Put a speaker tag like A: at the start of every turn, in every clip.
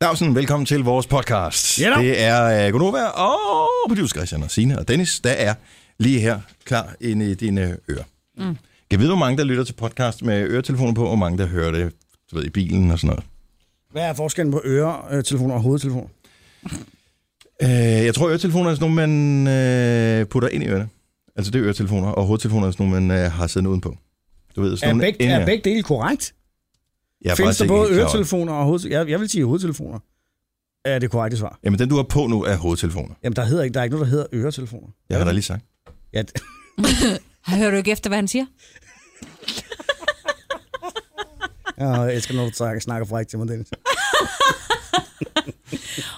A: Dagsen, velkommen til vores podcast.
B: Ja da.
A: det er uh, Gunova og producer Christian og Signe og Dennis, der er lige her klar inde i dine ører. Mm. Kan jeg vide, hvor mange, der lytter til podcast med øretelefoner på, og hvor mange, der hører det du ved, i bilen og sådan noget?
B: Hvad er forskellen på øretelefoner og hovedtelefoner?
A: Øh, jeg tror, øretelefoner er sådan nogle, man øh, putter ind i ørerne. Altså, det er øretelefoner, og hovedtelefoner er sådan nogle, man øh, har siddende udenpå. Du ved, sådan
B: Er
A: nogle
B: begge,
A: inde i
B: er
A: ørerne.
B: begge dele korrekt?
A: Jeg er
B: Findes
A: faktisk
B: der
A: ikke
B: både
A: helt klar over det.
B: øretelefoner og hovedtelefoner? Jeg, jeg vil sige hovedtelefoner. Er det korrekte svar?
A: Jamen, den du har på nu er hovedtelefoner.
B: Jamen, der, hedder ikke, der er ikke noget, der hedder øretelefoner.
A: Jeg har da lige sagt.
B: Ja, d-
C: Hører du ikke efter, hvad han siger?
B: jeg elsker, når du snakker, snakker frækt til mig, Dennis.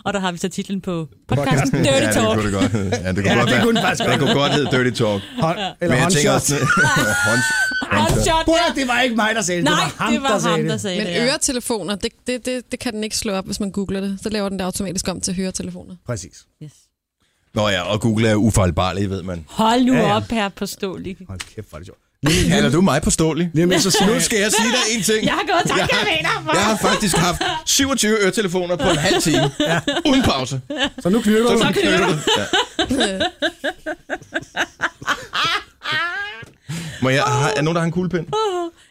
C: Og der har vi så titlen på podcasten Dirty
A: Ja, det
C: Talk.
A: kunne det godt. Ja, det kunne,
B: Ja,
A: godt,
B: det
A: være.
B: kunne den faktisk
A: det Altså,
B: godt.
A: kunne godt hedde Dirty Talk.
B: Hånd, eller
A: Men jeg tænker
B: håndshot.
A: også... hånd, håndshot.
C: Hotshot,
B: Prøv
C: ja.
B: at, det var ikke mig, der sagde det.
C: Nej,
B: det var ham,
C: det var
B: der
C: ham,
B: sagde
C: der
B: det.
C: sagde
D: Men
C: det. ja.
D: øretelefoner, det, det, det, det kan den ikke slå op, hvis man googler det. Så laver den det automatisk om til høretelefoner.
B: Præcis.
C: Yes.
A: Nå ja, og Google er ufejlbarlig, ved man.
C: Hold nu
B: Ja, ja.
C: op her på stålig.
B: Hold kæft, var det sjovt.
A: Kalder du mig påståelig?
B: Lige om lidt, så siger
A: Nu
B: jeg,
A: skal jeg sige dig en ting.
C: Jeg har gået tak, jeg mener.
A: Jeg har faktisk haft 27 øretelefoner på en halv time. Uden pause.
B: så nu knytter du.
A: Så knytter du. Ja. Må jeg, har, er nogen, der har en kuglepind?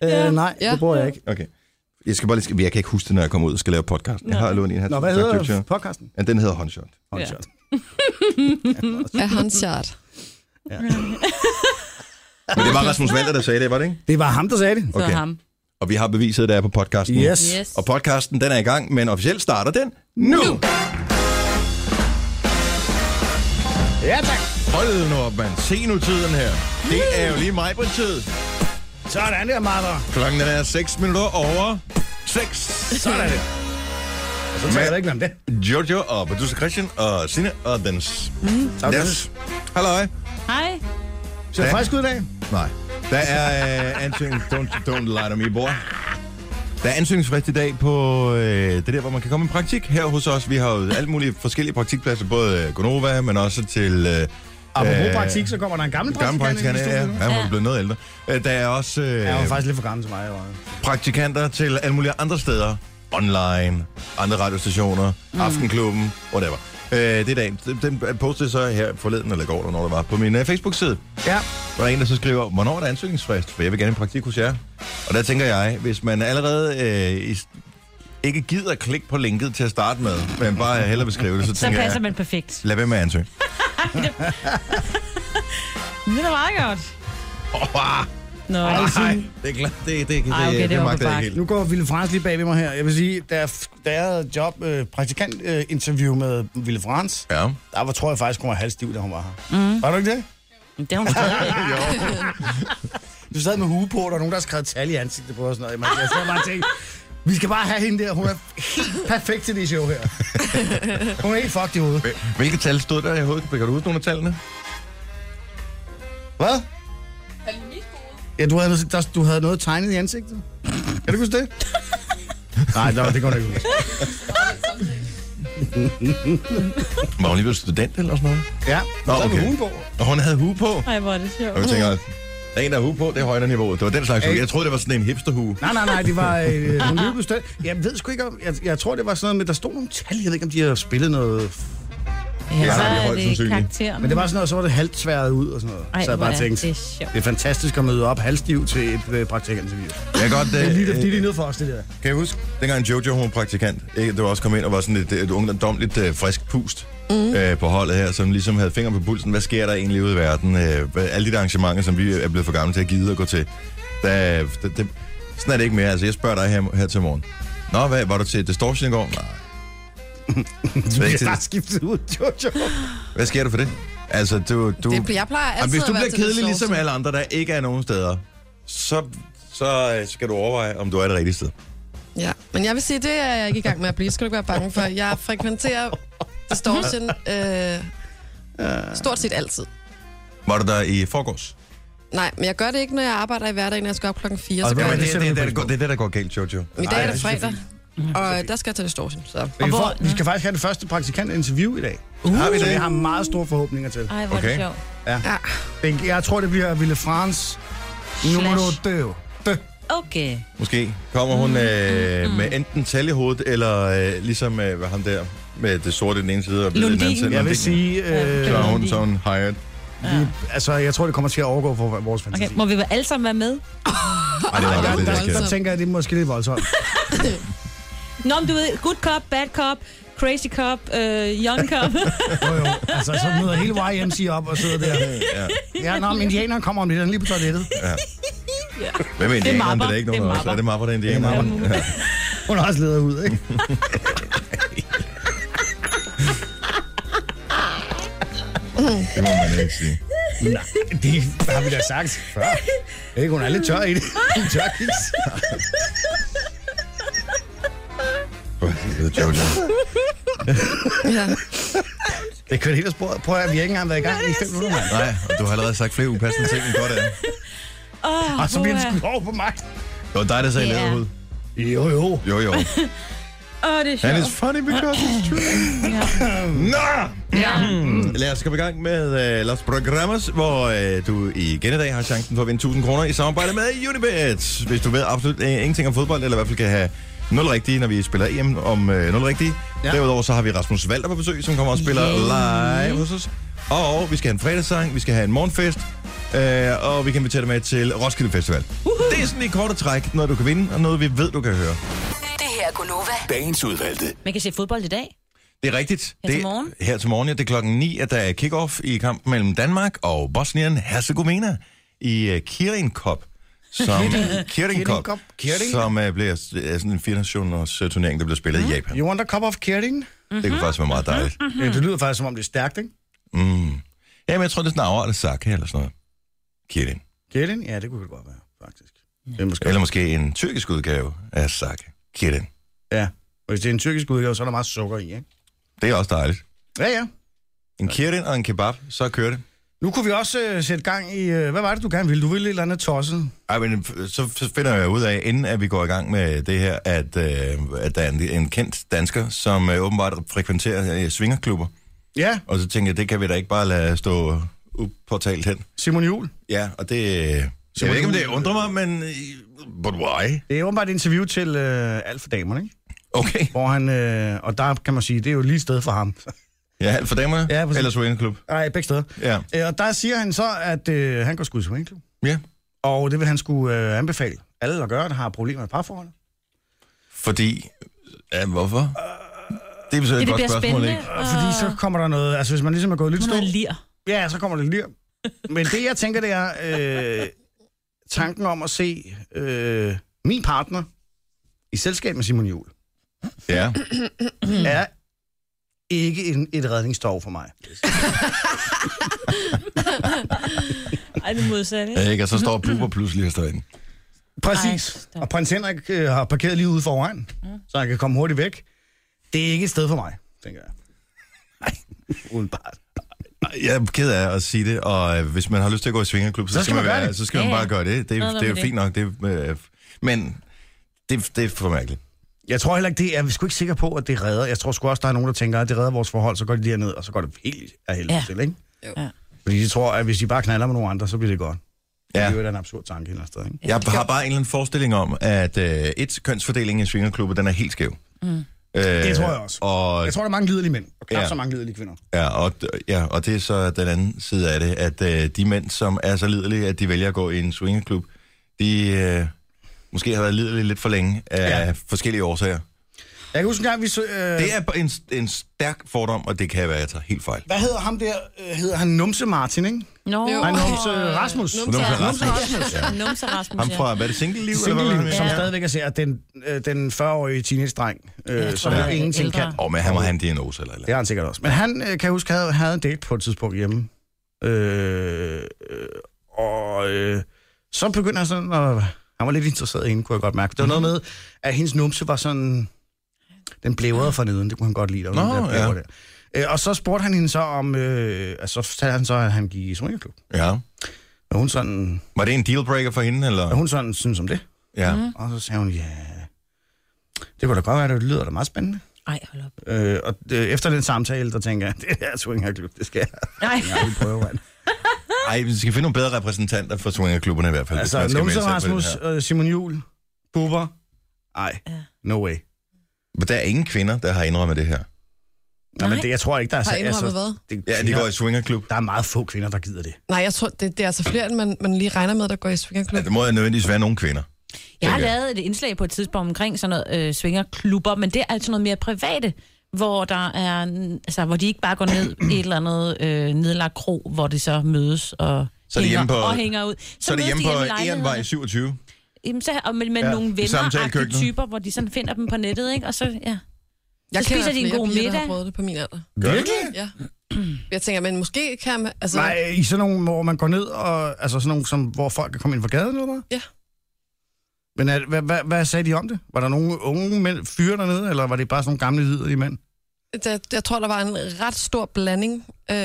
B: Øh, nej,
D: Ja.
B: det bruger jeg ikke.
A: Okay. Jeg skal bare lige, sk- jeg kan ikke huske det, når jeg kommer ud og skal lave podcast. Jeg har lånt en her.
B: Nå, hvad hedder podcasten?
A: Ja, den hedder Håndshot.
B: Håndshot.
D: Af håndshot.
A: Men det var Rasmus Valder, der sagde det, var det ikke?
B: Det var ham, der sagde det.
C: Det var
A: Okay.
C: ham.
A: Og vi har beviset, der er på podcasten.
B: Yes.
C: Yes.
A: Og podcasten, den er i gang, men officielt starter den nu. nu.
B: Ja, tak.
A: Hold nu op, mand. Se nu tiden her. Det er jo lige mig på tid.
B: Sådan der, Martha.
A: Klokken den er 6 minutter over 6.
B: Sådan er det. Og så taler jeg ikke om det.
A: Jojo og producer Christian og Sine og Dennis. Mm. Yes. Halløj.
C: Hej.
B: Ser du
A: Ja.
B: frisk ud i dag?
A: Nej. Der er øh, ansøgning... Don't, don't lie to me, boy. Der er ansøgningsfrist i dag på øh, det der, hvor man kan komme i praktik her hos os. Vi har jo alle mulige forskellige praktikpladser, både øh, Gonova, men også til... Øh,
B: Apropos
A: øh,
B: praktik, så kommer der en gammel
A: Gammel
B: praktikant.
A: praktikant, ja. ja.
B: praktikant,
A: Han er blevet noget ældre. Øh, Der er også
B: Ja, hun
A: øh,
B: er faktisk lidt for gammel til mig. Eller?
A: praktikanter til alle mulige andre steder. Online, andre radiostationer, mm. Aftenklubben, whatever. Øh, Det er dagen. Den- Den postede så her forleden, eller i går, eller når det var, på min øh, Facebook-side.
B: Ja.
A: Hvor der er en, der så skriver, hvornår er der ansøgningsfrist? For jeg vil gerne i praktik hos jer. Og der tænker jeg, hvis man allerede øh, i- ikke gider at klikke på linket til at starte med, men bare hellere vil skrive det, så
C: Så
A: tænker
C: passer
A: jeg,
C: man perfekt.
A: lad være med at ansøge.
C: Det er da meget godt.
A: Oh,
C: Nå,
A: nej, det er klart, det, det, det,
C: Ej, okay,
A: det,
C: det
A: det
C: var
A: magter
C: på
A: jeg
C: bakke.
A: ikke helt.
B: Nu går Ville Frans lige bag ved mig her. Jeg vil sige, da jeg, f- da jeg havde job, øh, praktikantinterview øh, interview med Ville Frans, ja.
A: Ja.
B: der var, tror jeg faktisk, hun var halvstiv, da hun var her. Mm. Var du ikke det?
C: det har hun stadig.
B: Du sad med hue på, og der var nogen, der skrev tal i ansigtet på og sådan noget. Jeg sad bare og tænkte, vi skal bare have hende der. Hun er helt perfekt til det show her. Hun er helt fucked i hovedet.
A: Hvil- Hvilke tal stod der i hovedet? Kan du huske nogle af tallene?
B: Hvad? Ja, du havde, noget- der, du havde noget tegnet i ansigtet. Kan du huske det? Nej, nej, det går ikke huske.
A: Var hun lige blevet student eller sådan noget?
B: Ja,
A: Nå,
B: så okay.
A: okay.
B: Huen på.
A: Og hun havde hue på.
C: Ej, hvor er det sjovt.
A: Og jeg tænker, der er en, der har hue på, det er højere niveauet. Det var den slags hue.
B: Ey.
A: Jeg troede, det var sådan en hipsterhue.
B: Nej, nej, nej, det var øh, hun løb støt. Jeg ved sgu ikke om, jeg, jeg tror, det var sådan noget med, der stod nogle tal, jeg ved ikke, om de havde spillet noget.
C: Ja, så
A: det er
C: er
A: højst
C: det
A: sandsynligt.
C: karakteren.
B: Men det var sådan noget, så var det halvt sværet ud og sådan noget.
C: Ej,
B: så jeg
C: hvor
B: bare
C: er
B: tænkte,
C: det sjovt.
B: det er fantastisk at møde op halvstiv til et øh, praktikinterview.
A: Jeg kan godt,
B: Det er lige,
A: øh,
B: det, det er lige noget for os, det der.
A: Kan jeg huske, dengang Jojo, hun var praktikant, ikke? det var også kommet ind og var sådan et, et ungdomdomligt øh, frisk pust mm. øh, på holdet her, som ligesom havde fingeren på pulsen. Hvad sker der egentlig ude i verden? Øh, hvad- alle de der arrangementer, som vi er blevet for gamle til at gide at gå til. Der, det, det, sådan er det ikke mere. Altså, jeg spørger dig her, her til morgen. Nå, hvad, var du til Distortion i går? Nej. Det er
B: Vi
A: ikke
B: kan
A: til,
B: snart skiftet ud, Jojo.
A: hvad sker du for det? Altså, du... du
D: Det, jeg plejer altid
A: Jamen, hvis
D: at
A: du
D: være
A: bliver
D: til
A: kedelig
D: distortion.
A: ligesom alle andre, der ikke er nogen steder, så, så øh, skal du overveje, om du er det rigtige sted.
D: Ja, men jeg vil sige, det er jeg ikke i gang med at blive. Det skal du ikke være bange for. Jeg frekventerer distortion øh, stort set altid.
A: Var du der i forgårs?
D: Nej, men jeg gør det ikke, når jeg arbejder i hverdagen, når jeg skal op klokken 4.
A: Og
D: Så
A: det,
D: gør
A: det,
D: jeg
A: Altså, det,
D: det.
A: det, det, det, det, går- det er det, der går galt, Jojo.
D: I dag er
A: Ej,
D: det fredag, og der skal jeg til distortion. Så.
B: Vi, får, vi skal faktisk have det første praktikantinterview i dag.
A: Uh. Har vi
B: Så vi
A: det?
B: har meget store forhåbninger til.
C: Ej, hvor er det
A: Okay.
C: sjovt.
D: Ja.
B: Den- Jeg tror, det bliver Ville Frans numero døv. Dø.
C: Okay.
A: Måske kommer hun øh, med enten tal i hovedet, eller øh, ligesom øh, hvad ham der med det sorte den ene side og blå den anden
C: Lundin.
A: side.
B: Jeg vil
A: Lundin.
B: sige, øh,
A: Så
C: Ja.
A: er hun, så er hun hired.
B: vi, altså, jeg tror, det kommer til at overgå for vores fantasi.
C: okay. Må vi alle sammen være med?
A: Ej, det var godt,
B: Der,
A: det
B: der,
A: der
B: der,
A: skat.
B: der tænker jeg, det er måske lidt voldsomt.
C: Nå, men du ved, good cop, bad cop, crazy cop, øh, young cop.
B: Jo, jo. Altså, så møder hele YMC op og sidder der.
A: Ja.
B: Ja, nå, men indianeren kommer om lidt, han er lige på toilettet.
A: Hvem er indianerne? Det er
C: mapper.
A: der ikke
C: Det
A: nogen
C: er
A: af os. Er det mapper, der er
B: Det
A: indianerne? Ja.
B: Hun er også leder ud, ikke?
A: Det må man ikke sige.
B: Nej, det har vi da sagt før. Ikke, hun er lidt tør i det. En tør kiks.
A: For helvede, Jojo.
D: Ja.
B: Det kørte helt af sporet. Prøv at høre, vi har ikke engang været i gang i fem minutter, mand.
A: Nej, og du har allerede sagt flere upassende ting, end godt er.
C: Åh,
B: Og så bliver det
C: puha.
B: skudt over på mig.
A: Det var dig, der sagde
C: Ja.
A: yeah. hovedet.
B: Jo, jo.
A: Jo, jo.
C: Åh, det er
A: And
C: sjovt.
A: it's funny because it's true. Nå! Lad os komme i gang med uh, Los Programas, hvor uh, du igen i dag har chancen for at vinde 1000 kroner i samarbejde med Unibet. Hvis du ved absolut uh, ingenting om fodbold, eller i hvert fald kan have nul rigtige, når vi spiller EM om uh, nul rigtige. Ja.
B: Ja.
A: Derudover så har vi Rasmus Valder på besøg, som kommer og spiller
C: Yeah.
A: live hos os. Og vi skal have en fredagssang, vi skal have en morgenfest, øh, og vi kan invitere dig med til Roskilde Festival. Uh-huh. Det er sådan i korte træk noget, du kan vinde, og noget, vi ved, du kan høre.
E: Det her er Gunova.
F: Dagens udvalgte.
C: Man kan se fodbold i dag.
A: Det er rigtigt.
C: Her til
A: det,
C: morgen.
A: Her til morgen, ja. Det er klokken 9, at der er kick-off i kampen mellem Danmark og Bosnien Herzegovina i uh, Kirin Cup. Som, Kirin Cup,
B: Cup. Kirin.
A: som uh, bliver s- er sådan en 4-nationers uh, turnering, der bliver spillet i Japan.
B: You want a cup of kering?
A: Det kunne faktisk være meget dejligt.
B: Ja, det lyder faktisk, som om det er stærkt, ikke?
A: Mm. Jamen, jeg tror, det er sådan afrettet sake eller sådan noget. Kirin.
B: Kering? Ja, det kunne det godt være, faktisk. Det er måske...
A: Eller måske en tyrkisk udgave af sake. Kirin.
B: Ja. Og hvis det er en tyrkisk udgave, så er der meget sukker i, ikke?
A: Det er også dejligt.
B: Ja, ja.
A: En kirin og en kebab, så kører det.
B: Nu kunne vi også øh, sætte gang i... Øh, hvad var det, du gerne ville? Du ville et eller andet tosset.
A: Ej, men f- så f- finder jeg ud af, inden at vi går i gang med det her, at, øh, at der er en, en kendt dansker, som øh, åbenbart frekventerer øh, svingerklubber.
B: Ja,
A: Og så tænker jeg, det kan vi da ikke bare lade stå upåtalt hen.
B: Simon Juhl.
A: Ja, og det... øh, Jeg ved ikke, om det undrer mig, men... øh, But why?
B: Det er åbenbart et interview til øh, Alt for damerne, ikke?
A: Okay.
B: Hvor han... Øh, og der kan man sige, det er jo lige sted for ham.
A: Ja, alt for damerne.
B: Ja, præcis.
A: Eller swingerklub.
B: Nej, begge steder.
A: Ja.
B: Øh, og der siger han så, at øh, han går sgu i swingklub.
A: ja.
B: Og det vil han skulle øh, anbefale alle at gøre, der har problemer med parforhold.
A: Fordi... Ja, hvorfor? Det er så et
C: Ja, det
A: godt
C: bliver
A: spørgsmål,
C: spændende.
A: ikke?
B: Og fordi så kommer der noget... Altså, hvis man ligesom er gået lidt
C: Hun
B: stå...
C: er Ah. lir.
B: Ja, så kommer det lir. Men det, jeg tænker, det er øh, tanken om at se øh, min partner i selskab med Simon Juhl.
A: Ja.
B: er ikke en, et redningstov for mig.
C: Ej, det er modsat, ikke?
A: ja. Ikke? Og så står Bubber pludselig og står inde.
C: Ej,
B: Præcis.
C: stop.
B: og prins Henrik øh, har parkeret lige ude foran, mm. så han kan komme hurtigt væk. Det er ikke et sted for mig, tænker jeg. Nej, udenbart.
A: Jeg er ked af at sige det, og øh, hvis man har lyst til at gå i svingerklub, så,
B: skal
A: skal man,
B: man gøre
A: være,
B: det.
A: så skal man
C: Ja, ja.
A: bare gøre det. Det,
C: Noget
A: er- det er jo
C: med det.
A: fint nok. Det, er, øh, f- men det, det er for mærkeligt.
B: Jeg tror heller ikke, det er, vi er sgu ikke sikre på, at det redder. Jeg tror sgu også, der er nogen, der tænker, at det redder vores forhold, så går de derned, og så går det helt af helvede ja.
C: Ja.
B: til, ikke?
C: Ja.
B: Fordi de tror, at hvis de bare knaller med nogle andre, så bliver det godt. Ja.
A: Ja.
B: Det er jo da en absurd tanke et eller andet sted, ikke?
A: Jeg har bare en eller anden forestilling om, at øh, et kønsfordeling i svingerklubber, den er helt skæv. Mm. Øh, det
B: tror jeg også.
A: Og,
B: Jeg tror, der er mange lidelige mænd, og knap
A: Ja.
B: ja. så mange lidelige kvinder.
A: ja, og, ja, og det er så den anden side af det, at øh, de mænd, som er så lidelige, at de vælger at gå i en swingerklub, de øh, måske har været lidelige lidt for længe af ja.
B: Ja.
A: forskellige årsager.
B: Jeg kan huske en gang, vi... Så, øh,
A: Det er en, en stærk fordom, og det kan være, at jeg tager helt fejl.
B: Hvad hedder ham der? Øh, hedder han Numse Martin, ikke?
C: Nå.
D: Jo.
B: Nej, Numse Rasmus.
D: Numse
A: Numse
D: Rasmus.
A: Rasmus, ja.
C: Numse Rasmus,
A: Ham
C: ja.
A: fra, hvad er det, single liv?
B: Single
A: eller hvad
B: Liv,
A: var det,
B: som
A: han
B: ja.
A: hed?
B: stadigvæk er ser, den, øh, den 40-årige teenage-dreng, øh,
C: jeg
B: som
C: tror,
B: jo
C: han er
B: ingenting
C: ældre.
B: kan.
A: Åh, oh, men han må have en diagnose eller et
B: Det
A: eller
B: har han sikkert også. Men han, øh, kan jeg huske, havde, havde en date på et tidspunkt hjemme. Øh, øh, og øh, så begyndte han sådan, og han var lidt interesseret i hende, kunne jeg godt mærke. Det var noget med, at hendes numse var sådan, den blævrede for neden, det kunne han godt lide. Der var
A: Nå,
B: den der blævre
A: ja.
B: der. Øh, og så spurgte han hende så om, øh, altså, så fortalte han så, at han gik i swingerklub.
A: andet. Ja.
B: Og hun sådan,
A: Var det en dealbreaker for hende, eller?
B: og hun sådan synes om det.
A: Ja. Mm.
B: Og så sagde hun, ja, det kunne da godt være, det lyder da meget spændende.
C: Ej, hold op.
B: Øh, og øh, efter den samtale, der tænker jeg, det er swingerklub, det skal jeg
C: Nej.
B: aldrig prøve, mand.
A: Ej, vi skal finde nogle bedre repræsentanter for swingerklubberne i hvert fald. hvis man
B: Mm. Altså,
A: skal
B: Numse
A: melde sig på
B: Rasmus,
A: det her.
B: øh, Simon Jul, Bubber. Ej, no way.
A: Men der er ingen kvinder, der har indrømmet det her.
B: Nej, men
C: Nej.
B: det, jeg tror ikke, der er... altså,
D: Har indrømmet hvad?
B: det,
A: Ja, de
B: kvinder-
A: går i swingerklub.
B: Der er meget få kvinder, der gider det.
D: Nej, jeg tror, det, det er altså flere, end man, man lige regner med, der går i
A: Ja,
D: swingerklub.
A: det må jo nødvendigvis være nogle kvinder.
C: Jeg har
A: Tænker
C: lavet et indslag på et tidspunkt omkring sådan noget øh, svingerklubber, men det er altså noget mere private, hvor der er, en- altså, hvor de ikke bare går ned i et eller andet øh, nedlagt kro, hvor de så mødes og,
A: Så er de
C: hænger,
A: hjemme på-
C: og hænger ud. Så,
A: Så er det
C: mødes
A: hjemme
C: de
A: på
C: i lejlighederne.
A: Ehrenvej 27.
C: Jamen, så, og med, med
A: Ja,
C: ja, nogle
A: i
C: venner
A: samtalekøkkenet.
C: typer, hvor de sådan finder dem på nettet, ikke? Og så, ja.
D: Jeg
C: Så spiser de en
D: flere
C: god
D: piger, der har
C: middag.
D: prøvet det på min alder.
A: Gør det?
B: Virkelig?
D: Ja. Jeg tænker, men måske kan man... Altså,
B: Nej, i sådan nogle, hvor man går ned, og, altså sådan nogle, som, hvor folk kan komme ind fra gaden, eller hvad?
D: Ja.
B: Men er, hvad, hvad, hvad, sagde de om det? Var der nogle unge mænd, fyre dernede, eller var det bare sådan nogle gamle, hviderlige mænd?
D: Der, jeg tror, der var en ret stor blanding øh,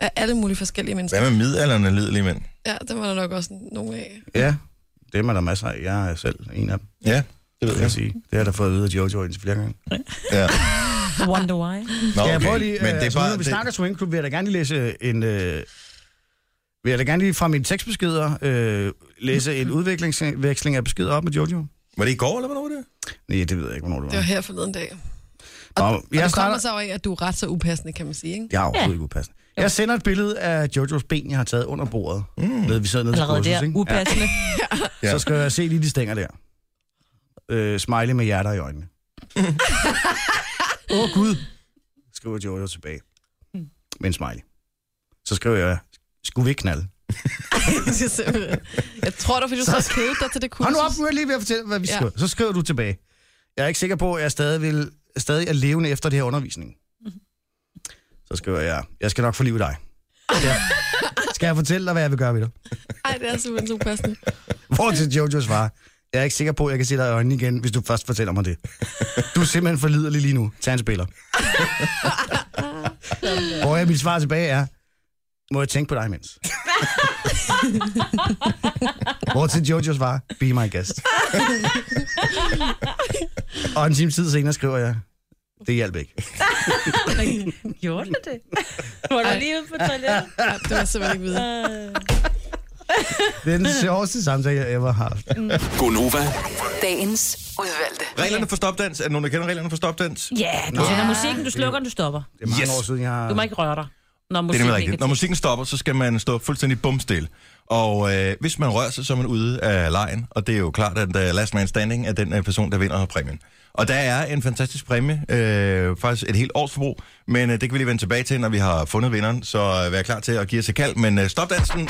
D: af alle mulige forskellige mennesker.
A: Hvad med midalderne lidelige mænd?
D: Ja, det var der nok også nogle af.
B: Ja, dem er der masser af. Jeg er selv en af dem,
A: Ja, det ved
B: kan jeg sige. Det har jeg da fået at vide af Jojo indtil flere gange.
A: Ja.
C: Wonder why.
A: Nå,
B: Ja, jeg prøver
A: okay.
B: lige,
A: Men det er
B: altså,
A: bare,
B: nu, når vi
A: det,
B: snakker swingklub, vil jeg da gerne lige læse en... Øh, vil jeg da gerne lige fra mine tekstbeskeder øh, læse en udveksling af beskeder op med Jojo?
A: var det i går, eller hvornår var det?
B: Nej, det ved jeg ikke, hvornår det
D: Det
B: var.
D: var her forleden dag.
B: Nå,
D: Og
B: jeg
D: det
B: starter...
D: kommer så af, at du er ret så upassende, kan man sige, ikke?
B: Jeg er overhovedet
C: Ja.
B: ikke upassende. Jeg sender et billede af Jojos ben, jeg har taget under bordet. Mm. Nede, vi sidder nede til
C: Allerede
B: kursus,
C: der,
B: ikke?
C: upassende.
A: Ja.
B: Så skal jeg se lige de stænger der. Øh, smiley med hjerter i øjnene. Åh, oh, Gud, skriver Jojo tilbage. Med en smiley. Så skriver jeg, skulle vi ikke knalde?
D: Det er simpelthen- jeg tror da, fordi du så kedet dig til det kursus.
B: Hold nu op, nu er jeg lige ved at fortælle, hvad vi
D: Ja.
B: skriver. Så skriver du tilbage. Jeg er ikke sikker på, at jeg stadig, vil, stadig er levende efter det her undervisning. Så skriver jeg, jeg skal nok forlive dig. Ja. Skal jeg fortælle dig, hvad jeg vil gøre ved dig?
D: Ej, det er simpelthen så upassende.
B: Hvor til Jojo svarer, jeg er ikke sikker på, at jeg kan se dig i øjnene igen, hvis du først fortæller mig det. Du er simpelthen for liderlig lige nu. Tag en spiller. Hvor jeg mit svar tilbage er, må jeg tænke på dig imens? Hvor til Jojo svarer, be my guest. Og en time tid senere skriver jeg, det hjalp ikke.
C: Gjorde det det? Var du lige ude på toilettet?
D: Ej, det var simpelthen ikke videre.
B: Det er den sjoveste samtale, jeg ever har haft.
F: Gonova,
E: Dagens udvalgte.
A: Reglerne for stopdans. Er der nogen, der kender reglerne for stopdans?
C: Ja, du tænder musikken, du slukker, du stopper.
B: Det er mange
A: Yes.
B: yes. år siden, jeg har...
C: Du må ikke røre dig. Når
A: Det er
C: musikken
A: nemlig
C: ikke
A: rigtigt. Når musikken stopper, så skal man stå fuldstændig bumstil. Og øh, hvis man rører sig, så er man ude af lejen. Og det er jo klart, at uh, last man standing er den uh, person, der vinder præmien. Og der er en fantastisk præmie, øh, faktisk et helt års forbrug. Men uh, det kan vi lige vende tilbage til, når vi har fundet vinderen. Så uh, vær klar til at give os et kald. Men uh, stopdansen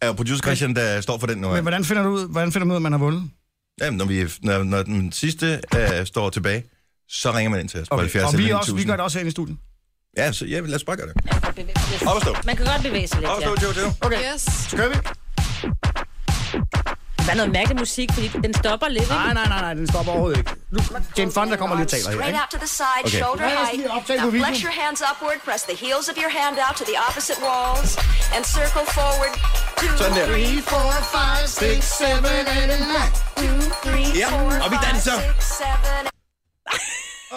A: er jo producer Christian, der står for den nu.
B: Men hvordan finder du ud, hvordan finder man ud, at man har vundet?
A: Jamen, når, vi, når, når den sidste uh, står tilbage, så ringer man ind til os på
B: Okay.
A: 70
B: Og vi, er
A: 11
B: også, vi
A: 9000.
B: gør det også herinde i studiet.
A: Ja, så, ja, lad os bare gøre det. Op og stå.
C: Man kan godt bevæge sig lidt,
A: Op og
C: ja.
A: stå, Jojo.
D: Okay. Yes.
B: Skal vi?
C: Der er noget mærkelig musik, fordi den stopper lidt, ikke?
B: Nej, nej, nej, nej, den stopper overhovedet ikke. Nu, Jane Fonda kommer lige og taler her,
E: Straight
B: ikke?
E: out to the side,
A: Okay.
E: shoulder
B: Lad os
E: height.
B: lige optage på
E: Now flex
B: video.
E: your hands upward, press the heels of your hand out to the opposite walls, and circle forward. Two,
A: Sådan der.
E: three, four, five, six, seven, eight, and nine. Two, three,
A: Ja,
E: four,
A: og vi
E: five,
A: danser.
E: six, seven,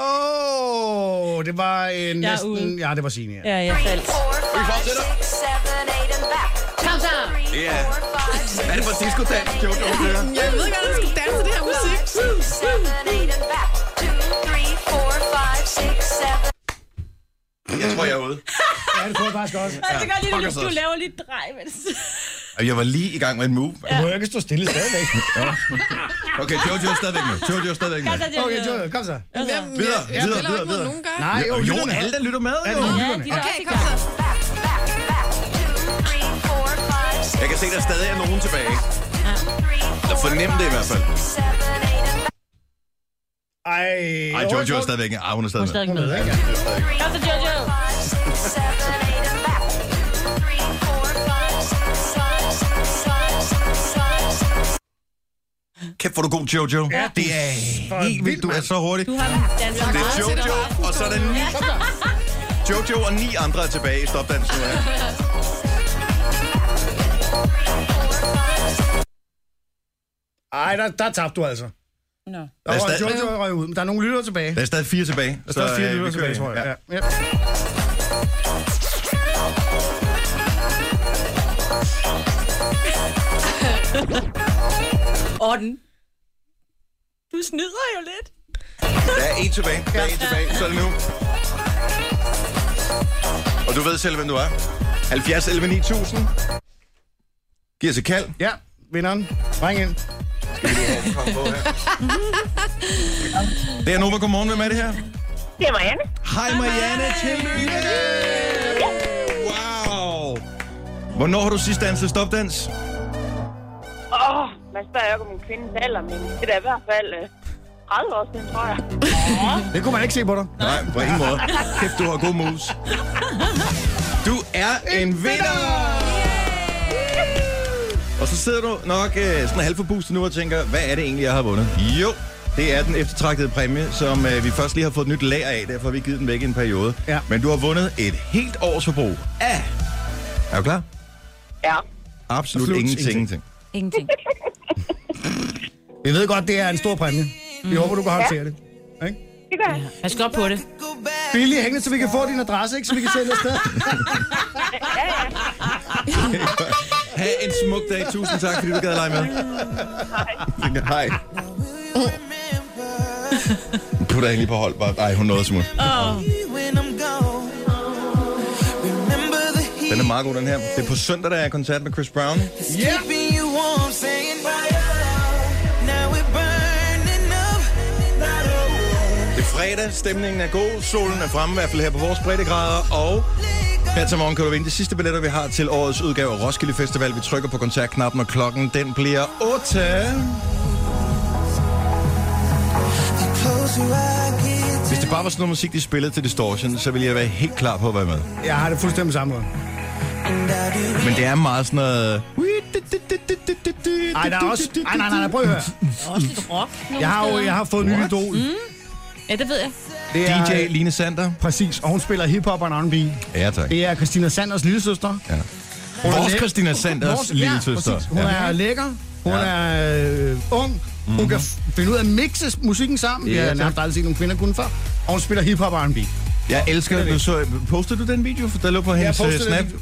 B: Åh, oh, det var en
C: Jeg er
B: næsten...
C: ude.
B: Ja, det var Signe, ja.
C: Ja, jeg
E: three,
C: faldt.
E: four, five,
A: fortsætter.
E: six, seven, eight, and back.
C: Kom så!
E: Three,
A: Ja.
E: four, five, six,
A: Er det for diskodans,
E: seven,
A: Jojo?
E: eight,
A: det her?
D: Jeg ved godt, at du skal danse det her musik.
E: Six, seven, eight, and back. Two, three, four, five, six, seven.
A: Jeg tror, jeg er ude.
B: Ja, det tror jeg faktisk også.
C: Jeg kan godt lide,
A: Fuck
C: at
A: os
C: du- du
A: også.
C: laver lidt drej, mens...
A: Og Jeg var lige i gang med en move.
B: Du må jo ikke stå stille stadigvæk.
A: Okay, Jojo er stadigvæk med. Jojo er stadigvæk med.
B: Okay, Jojo, kom så.
D: Hvem,
A: Videre,
D: jeg, jeg
A: videre,
D: spiller
A: videre,
D: jo ikke mod
A: videre.
D: nogen gør.
B: Nej, jo,
A: Og Jon,
B: lytterne.
A: alle der lytter med,
B: Ja,
A: jo.
B: det er
C: Ja,
B: lytterne.
C: de er da
D: Okay,
C: også i
D: kom
C: gang.
D: så.
E: Back, back, back. Two, three, four, five, six,
A: Jeg kan se, der stadig er nogen tilbage.
E: Jeg
A: fornemme det i hvert fald.
B: Ej,
A: Ej, Jojo er stadigvæk med. Ah, hun er
C: Hun
A: stadig
C: er stadig
A: med.
C: med. Kom så, Jojo!
A: Kæft, hvor er du god, Jojo. Det er helt vildt, du er så hurtig.
C: Du har danset
A: Det er
C: meget.
A: Jojo, og så er der ni. Jojo og ni andre er tilbage i stopdansen. nu her.
B: Ej, der, der tabte du altså. Der
C: Nå.
A: Lad
B: var
A: os da-
B: Jojo røg ud, men der er nogle lytter tilbage.
A: Der er stadig fire tilbage.
B: Der står fire
A: øh, vi
B: lytter
A: kører
B: tilbage, tror jeg.
A: Ja.
B: Ja. Ja.
C: Orden. Du snyder jo lidt.
A: Der er en tilbage, der er en tilbage, så er det nu. Og du ved selv, hvem du er. 70 11 9000. Giv os et kald.
B: Ja, vinderen. Ring ind.
A: Det er Nova. Godmorgen. Hvem er det her?
F: Det er Marianne.
A: Hej Marianne. Tillykke. Wow. Hvornår har du sidst danset stopdans?
F: Åh, oh, man spørger jo ikke om en kvindes alder, men det er da i hvert fald øh, 30 år siden, tror jeg.
B: Det kunne man ikke se på dig.
A: Nej, på ingen måde. Kæft, du har god moves. Du er en vinder! Og så sidder du nok øh, sådan halvt forpustet nu og tænker, hvad er det egentlig, jeg har vundet? Jo, det er den eftertragtede præmie, som øh, vi først lige har fået et nyt lager af, derfor har vi givet den væk i en periode.
B: Ja.
A: Men du har vundet et helt års forbrug af... Er du klar?
F: Ja.
A: Absolut,
B: Absolut
A: ingenting.
B: ingenting.
C: Ingenting.
B: Vi ved godt, det er en stor præmie. Vi håber, du kan håndtere det. Ikke?
F: Det gør jeg.
C: Pas godt på det.
B: Billig hængende, så vi kan få din adresse, ikke? Så vi kan sælge afsted.
A: Ha' en smuk dag. Tusind tak, fordi du gad at lege med. Hej. Hej. Putter hende lige på hold. Bare. Ej, hun nåede smut. Den er meget god, den her. Det er på søndag, der er koncert med Chris Brown.
B: Ja!
G: oh.
A: Det er fredag, stemningen er god, solen er fremme, i hvert fald her på vores breddegrader, og her til morgen kan du vinde de sidste billetter, vi har til årets udgave af Roskilde Festival. Vi trykker på kontaktknappen, og klokken den bliver 8. Hvis det bare var sådan noget musik, de spillede til Distortion, så ville jeg være helt klar på at være med.
B: Jeg har det fuldstændig samme måde.
A: Men det er meget sådan noget...
B: Ej, der er også... Ej, nej, nej, nej, prøv at høre.
C: Der er Også lidt rock. nogle
B: Jeg har jo
C: steder.
B: jeg har fået en ny idol.
C: Ja, det ved jeg.
B: Det er,
A: DJ Line Sander.
B: Præcis, og hun spiller hiphop og R&B.
A: Ja, tak.
B: Det er Christina Sanders lillesøster.
A: Ja.
B: er
A: Vores
B: læ-
A: Christina Sanders
B: Vores-
A: lille
B: Ja,
A: søster.
B: præcis. hun er lækker, hun
A: Ja. Mhm.
B: er øh, ung, hun kan f- finde ud af at mixe musikken sammen.
A: Ja,
B: Ja, jeg har
A: tak.
B: nærmest aldrig set nogle kvinder kunne før. Og hun spiller hiphop og R&B.
A: Jeg elsker, at du så... Postede du den video, der lå på hendes øh,
B: postede den
A: snap?
B: video.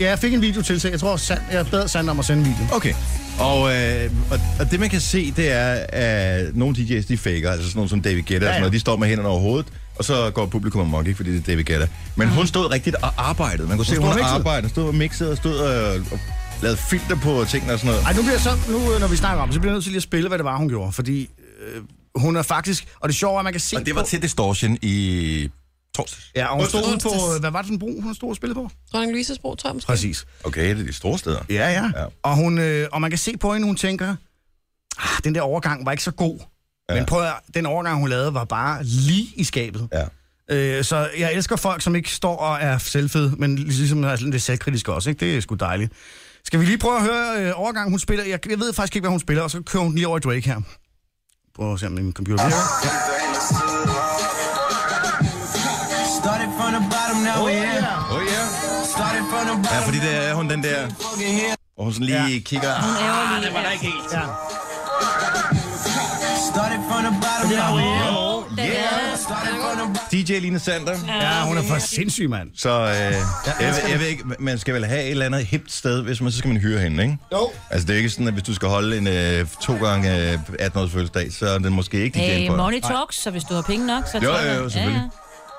B: Ja, jeg fik en video til, så jeg tror, sand, jeg bad Sand om at sende en video.
A: Okay. Og, øh, og, og det man kan se, det er, at nogle DJ's, de faker, altså sådan nogle som David Guetta, ja, ja.
B: Ja,
A: og
B: ja.
A: sådan noget, de står med hænderne over hovedet, og så går publikum amok, ikke fordi det er David Guetta. Men hun stod rigtigt og arbejdede. Man kunne se,
B: Mhm. Hun
A: hun,
B: stod
A: hun
B: og mixede.
A: arbejdede, stod og mixede og stod og, og lavede filter på tingene og sådan noget.
B: Ej, nu bliver jeg så, nu, øh, når vi snakker om det, så bliver jeg nødt til lige at spille, hvad det var, hun gjorde. Fordi øh, hun er faktisk, og det sjove er, at man kan se
A: Og det var
B: på,
A: til Distortion i torsdags.
B: Ja, og hun stod ude på,
D: Onsdags.
B: øh, hvad var det for en bro, hun stod og spillede på?
D: Dronning Louise's Bro, tror jeg måske.
B: Præcis.
A: Okay, det er de store steder.
B: Ja, ja.
A: Ja.
B: ja. Og, hun, øh, og man kan se på hende, hun tænker, ah, den der overgang var ikke så god. Ja. Men prøv at, høre, den overgang, hun lavede, var bare lige i skabet.
A: Ja.
B: Øh, så jeg elsker folk, som ikke står og er selvfede, men ligesom er sådan lidt selvkritiske også. Ikke? Det er sgu dejligt. Skal vi lige prøve at høre øh, overgangen, hun spiller? Jeg, jeg ved faktisk ikke, hvad hun spiller, og så kører hun lige over i Drake her. Prøv at se, om min computer virker.
G: Started from the bottom, now we're here.
A: Oh yeah.
G: Started from the
A: Ja,
G: bottom,
A: fordi der er hun den der,
G: fucking here.
A: og hun sådan lige ja. kigger.
C: Hun er jo lige. Ja.
B: Ja.
G: Started from the bottom, now we're here.
A: Yeah.
G: Started from the bottom.
A: DJ Line Sander.
B: ja, hun er for sindssyg, mand.
A: Så øh, jeg, ved- jeg ved ikke, man skal vel have et eller andet hipt sted, hvis man så skal man hyre hende, ikke?
B: Jo.
A: Altså, det er ikke sådan, at hvis du skal holde en øh, to gange øh, 18-års fødselsdag, så er den måske ikke dit hey,
C: Hey,
A: på.
C: Øh, money talks, så hvis du har penge nok, så
A: Jo,
C: tror
A: jo,
C: jeg-
A: jo, selvfølgelig.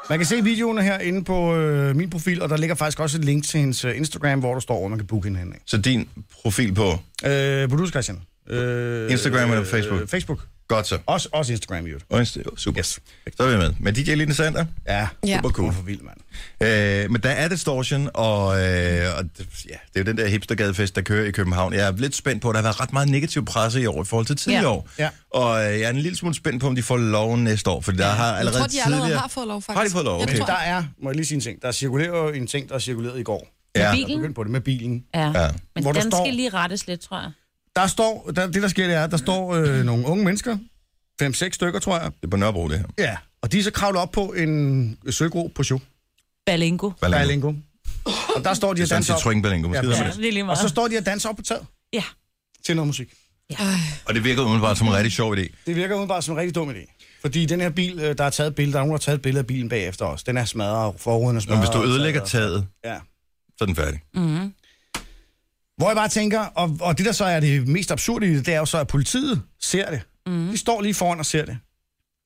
B: Man kan se videoen her inde på øh, min profil, og der ligger faktisk også et link til hendes øh, Instagram, hvor der står, hvor man kan booke hende hen.
A: Så din profil på
B: Øh, producer Christian. Øh,
A: Instagram eller Facebook?
B: Øh, Facebook.
A: godt så.
B: Også, også Instagram, i øvrigt.
A: Og Insta- Super.
B: Yes.
A: Så er vi med. Men DJ Line Sander,
B: Ja,
D: Ja.
A: super
B: hun
A: cool.
B: er for vild, mand.
A: Øh, men der er distortion, og, øh, og det- ja, det er jo den der hipstergadefest, der kører i København. Jeg er lidt spændt på, at der har været ret meget negativ presse i år i forhold til tidligere
C: Ja.
A: år.
B: Ja.
A: Og øh, jeg er en lille smule spændt på, om de får lov næste år, for der har
D: Jeg
A: allerede
D: tror, de allerede
A: tidligere...
D: har fået lov, faktisk.
A: Har de fået lov?
D: Jeg
A: Okay.
D: tror,
B: Der er, må jeg lige sige en ting, der cirkulerer jo en ting, der cirkulerede i går.
A: Ja.
C: Med
B: Jeg er begyndt
C: bilen?
B: på det med bilen.
C: Ja.
A: Ja.
C: Men
B: Hvor der
C: den
B: står-
C: skal lige rettes lidt, tror jeg.
B: Der står, der, det der sker, det er, at der står øh, nogle unge mennesker, 5-6 stykker, tror jeg.
A: Det er på Nørrebro, det her.
B: Ja. Og de er så kravlet op på en sølvgro på show.
C: Balingo.
A: Ballingo.
B: Berlingo. Og der står
A: Det
B: de
A: er
B: og
A: sådan,
B: danser
A: at
B: op.
A: Citroën Ballingo. Måske
B: Ja,
A: hedder
C: Ja,
A: man det.
C: det er lige
B: Og
C: meget.
B: så står de og danser op på taget
C: Ja.
B: til noget musik.
A: Og det virker umiddelbart som en rigtig sjov idé.
B: Det virker udenbart som en rigtig dum idé. Fordi den her bil, øh, der er taget et billede, der er nogen, der har taget et billede af bilen bagefter os. Den er smadret, og forruden er
A: Men
B: smadret.
A: hvis du
B: og
A: ødelægger
B: taget-
A: taget,
B: Ja.
A: så er den færdig.
B: Hvor jeg bare tænker, og, og det der så er det mest absurde i det, det er jo så, at politiet ser det.
C: Mhm.
B: Mm. De står lige foran og ser det.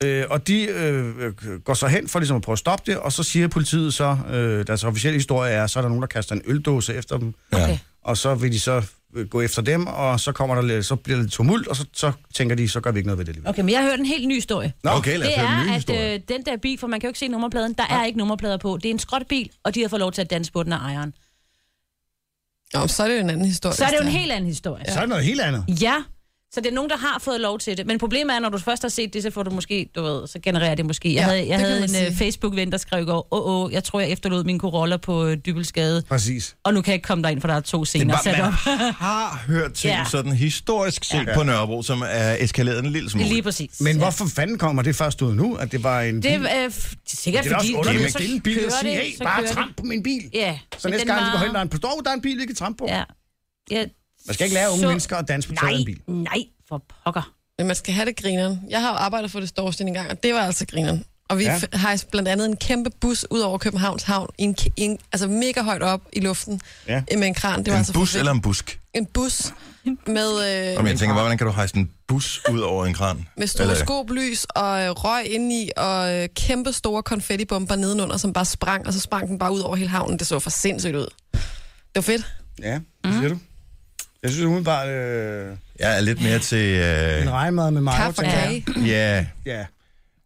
B: Øh, og de øh, går så hen for ligesom at prøve at stoppe det, og så siger politiet så, øh, deres officielle historie er, så er der nogen, der kaster en øldåse efter dem,
C: Okay.
B: og så vil de så øh, gå efter dem, og så kommer der lidt, så bliver der lidt tumult, og så, så tænker de, så gør vi ikke noget ved det alligevel.
C: Okay, men jeg har hørt en helt ny historie.
A: Nå, okay, lad os
C: det
A: høre en ny
C: er, at
A: historie.
C: øh, den der bil, for man kan jo ikke se nummerpladen, der er ikke nummerplader på. Det er en skrotbil, og de har fået lov til at danse på den af ejeren.
D: Nå, så er det jo en anden historie.
C: Så er det jo en
D: hvis
C: helt anden historie.
B: Så er det noget helt andet.
C: øh, Ja, så det er nogen, der har fået lov til det. Men problemet er, når du først har set det, så får du måske, du ved, så genererer det måske. Jeg
D: Ja,
C: havde,
D: det
C: jeg
D: kan
C: havde
D: man
C: en
D: sige.
C: sige. Facebook-ven, der skrev i går, åh, åh, jeg tror, jeg efterlod min Corolla på øh, Dybelsgade,
B: Præcis.
C: og nu kan jeg ikke komme derind, for der er to
A: Det
C: scener
A: var,
C: sat
A: man
C: op.
A: har hørt ting ja.
C: Ja.
A: sådan historisk set ja. på Nørrebro, som er eskaleret en lille smule.
C: Lige præcis.
B: Men hvorfor fanden kommer det først ud nu, at det var en
C: Det
B: bil?
C: er øh, f- det er sikkert,
B: det er da
C: fordi...
B: også underligt at
C: så
B: stille en bil og
C: kører
B: sige,
C: det,
B: hey,
C: så
B: bare
C: kører
B: tramp på min bil.
C: det. Ja.
B: Så
C: men
B: næste
C: den
B: gang, vi går
C: var-
B: hen, der er en på Storv, der er en bil, vi kan trampe på.
C: Ja. Jeg
B: Man skal ikke lære unge mennesker at danse på taget
C: nej,
B: af en bil.
C: Nej, for pokker.
D: Men man skal have det grineren. Jeg har jo arbejdet for det storsten en gang, og det var altså grineren. Og vi
B: Ja.
D: ja. har blandt andet en kæmpe bus ud over Københavns Havn, i en, ke- i en, altså mega højt op i luften
B: Ja.
D: ja. med en kran. Det var
A: en
D: altså
A: bus
D: fedt.
A: eller en busk?
D: En bus med,
A: Jamen,
D: øh,
A: jeg tænker bare, hvordan kan du hejse en bus ud over en kran?
D: med stetoskoplys og øh, røg indeni og øh, kæmpe store konfettibomber nedenunder, som bare sprang, og så sprang den bare ud over hele havnen. Det så for sindssygt ud. Det var fedt.
B: Ja, hvad
C: Mm.
B: siger du? Jeg synes umiddelbart, øh,
A: Jeg er lidt mere til... Øh,
B: en regnmad med mig.
D: Kaffe og kage.
A: ja,
B: Ja.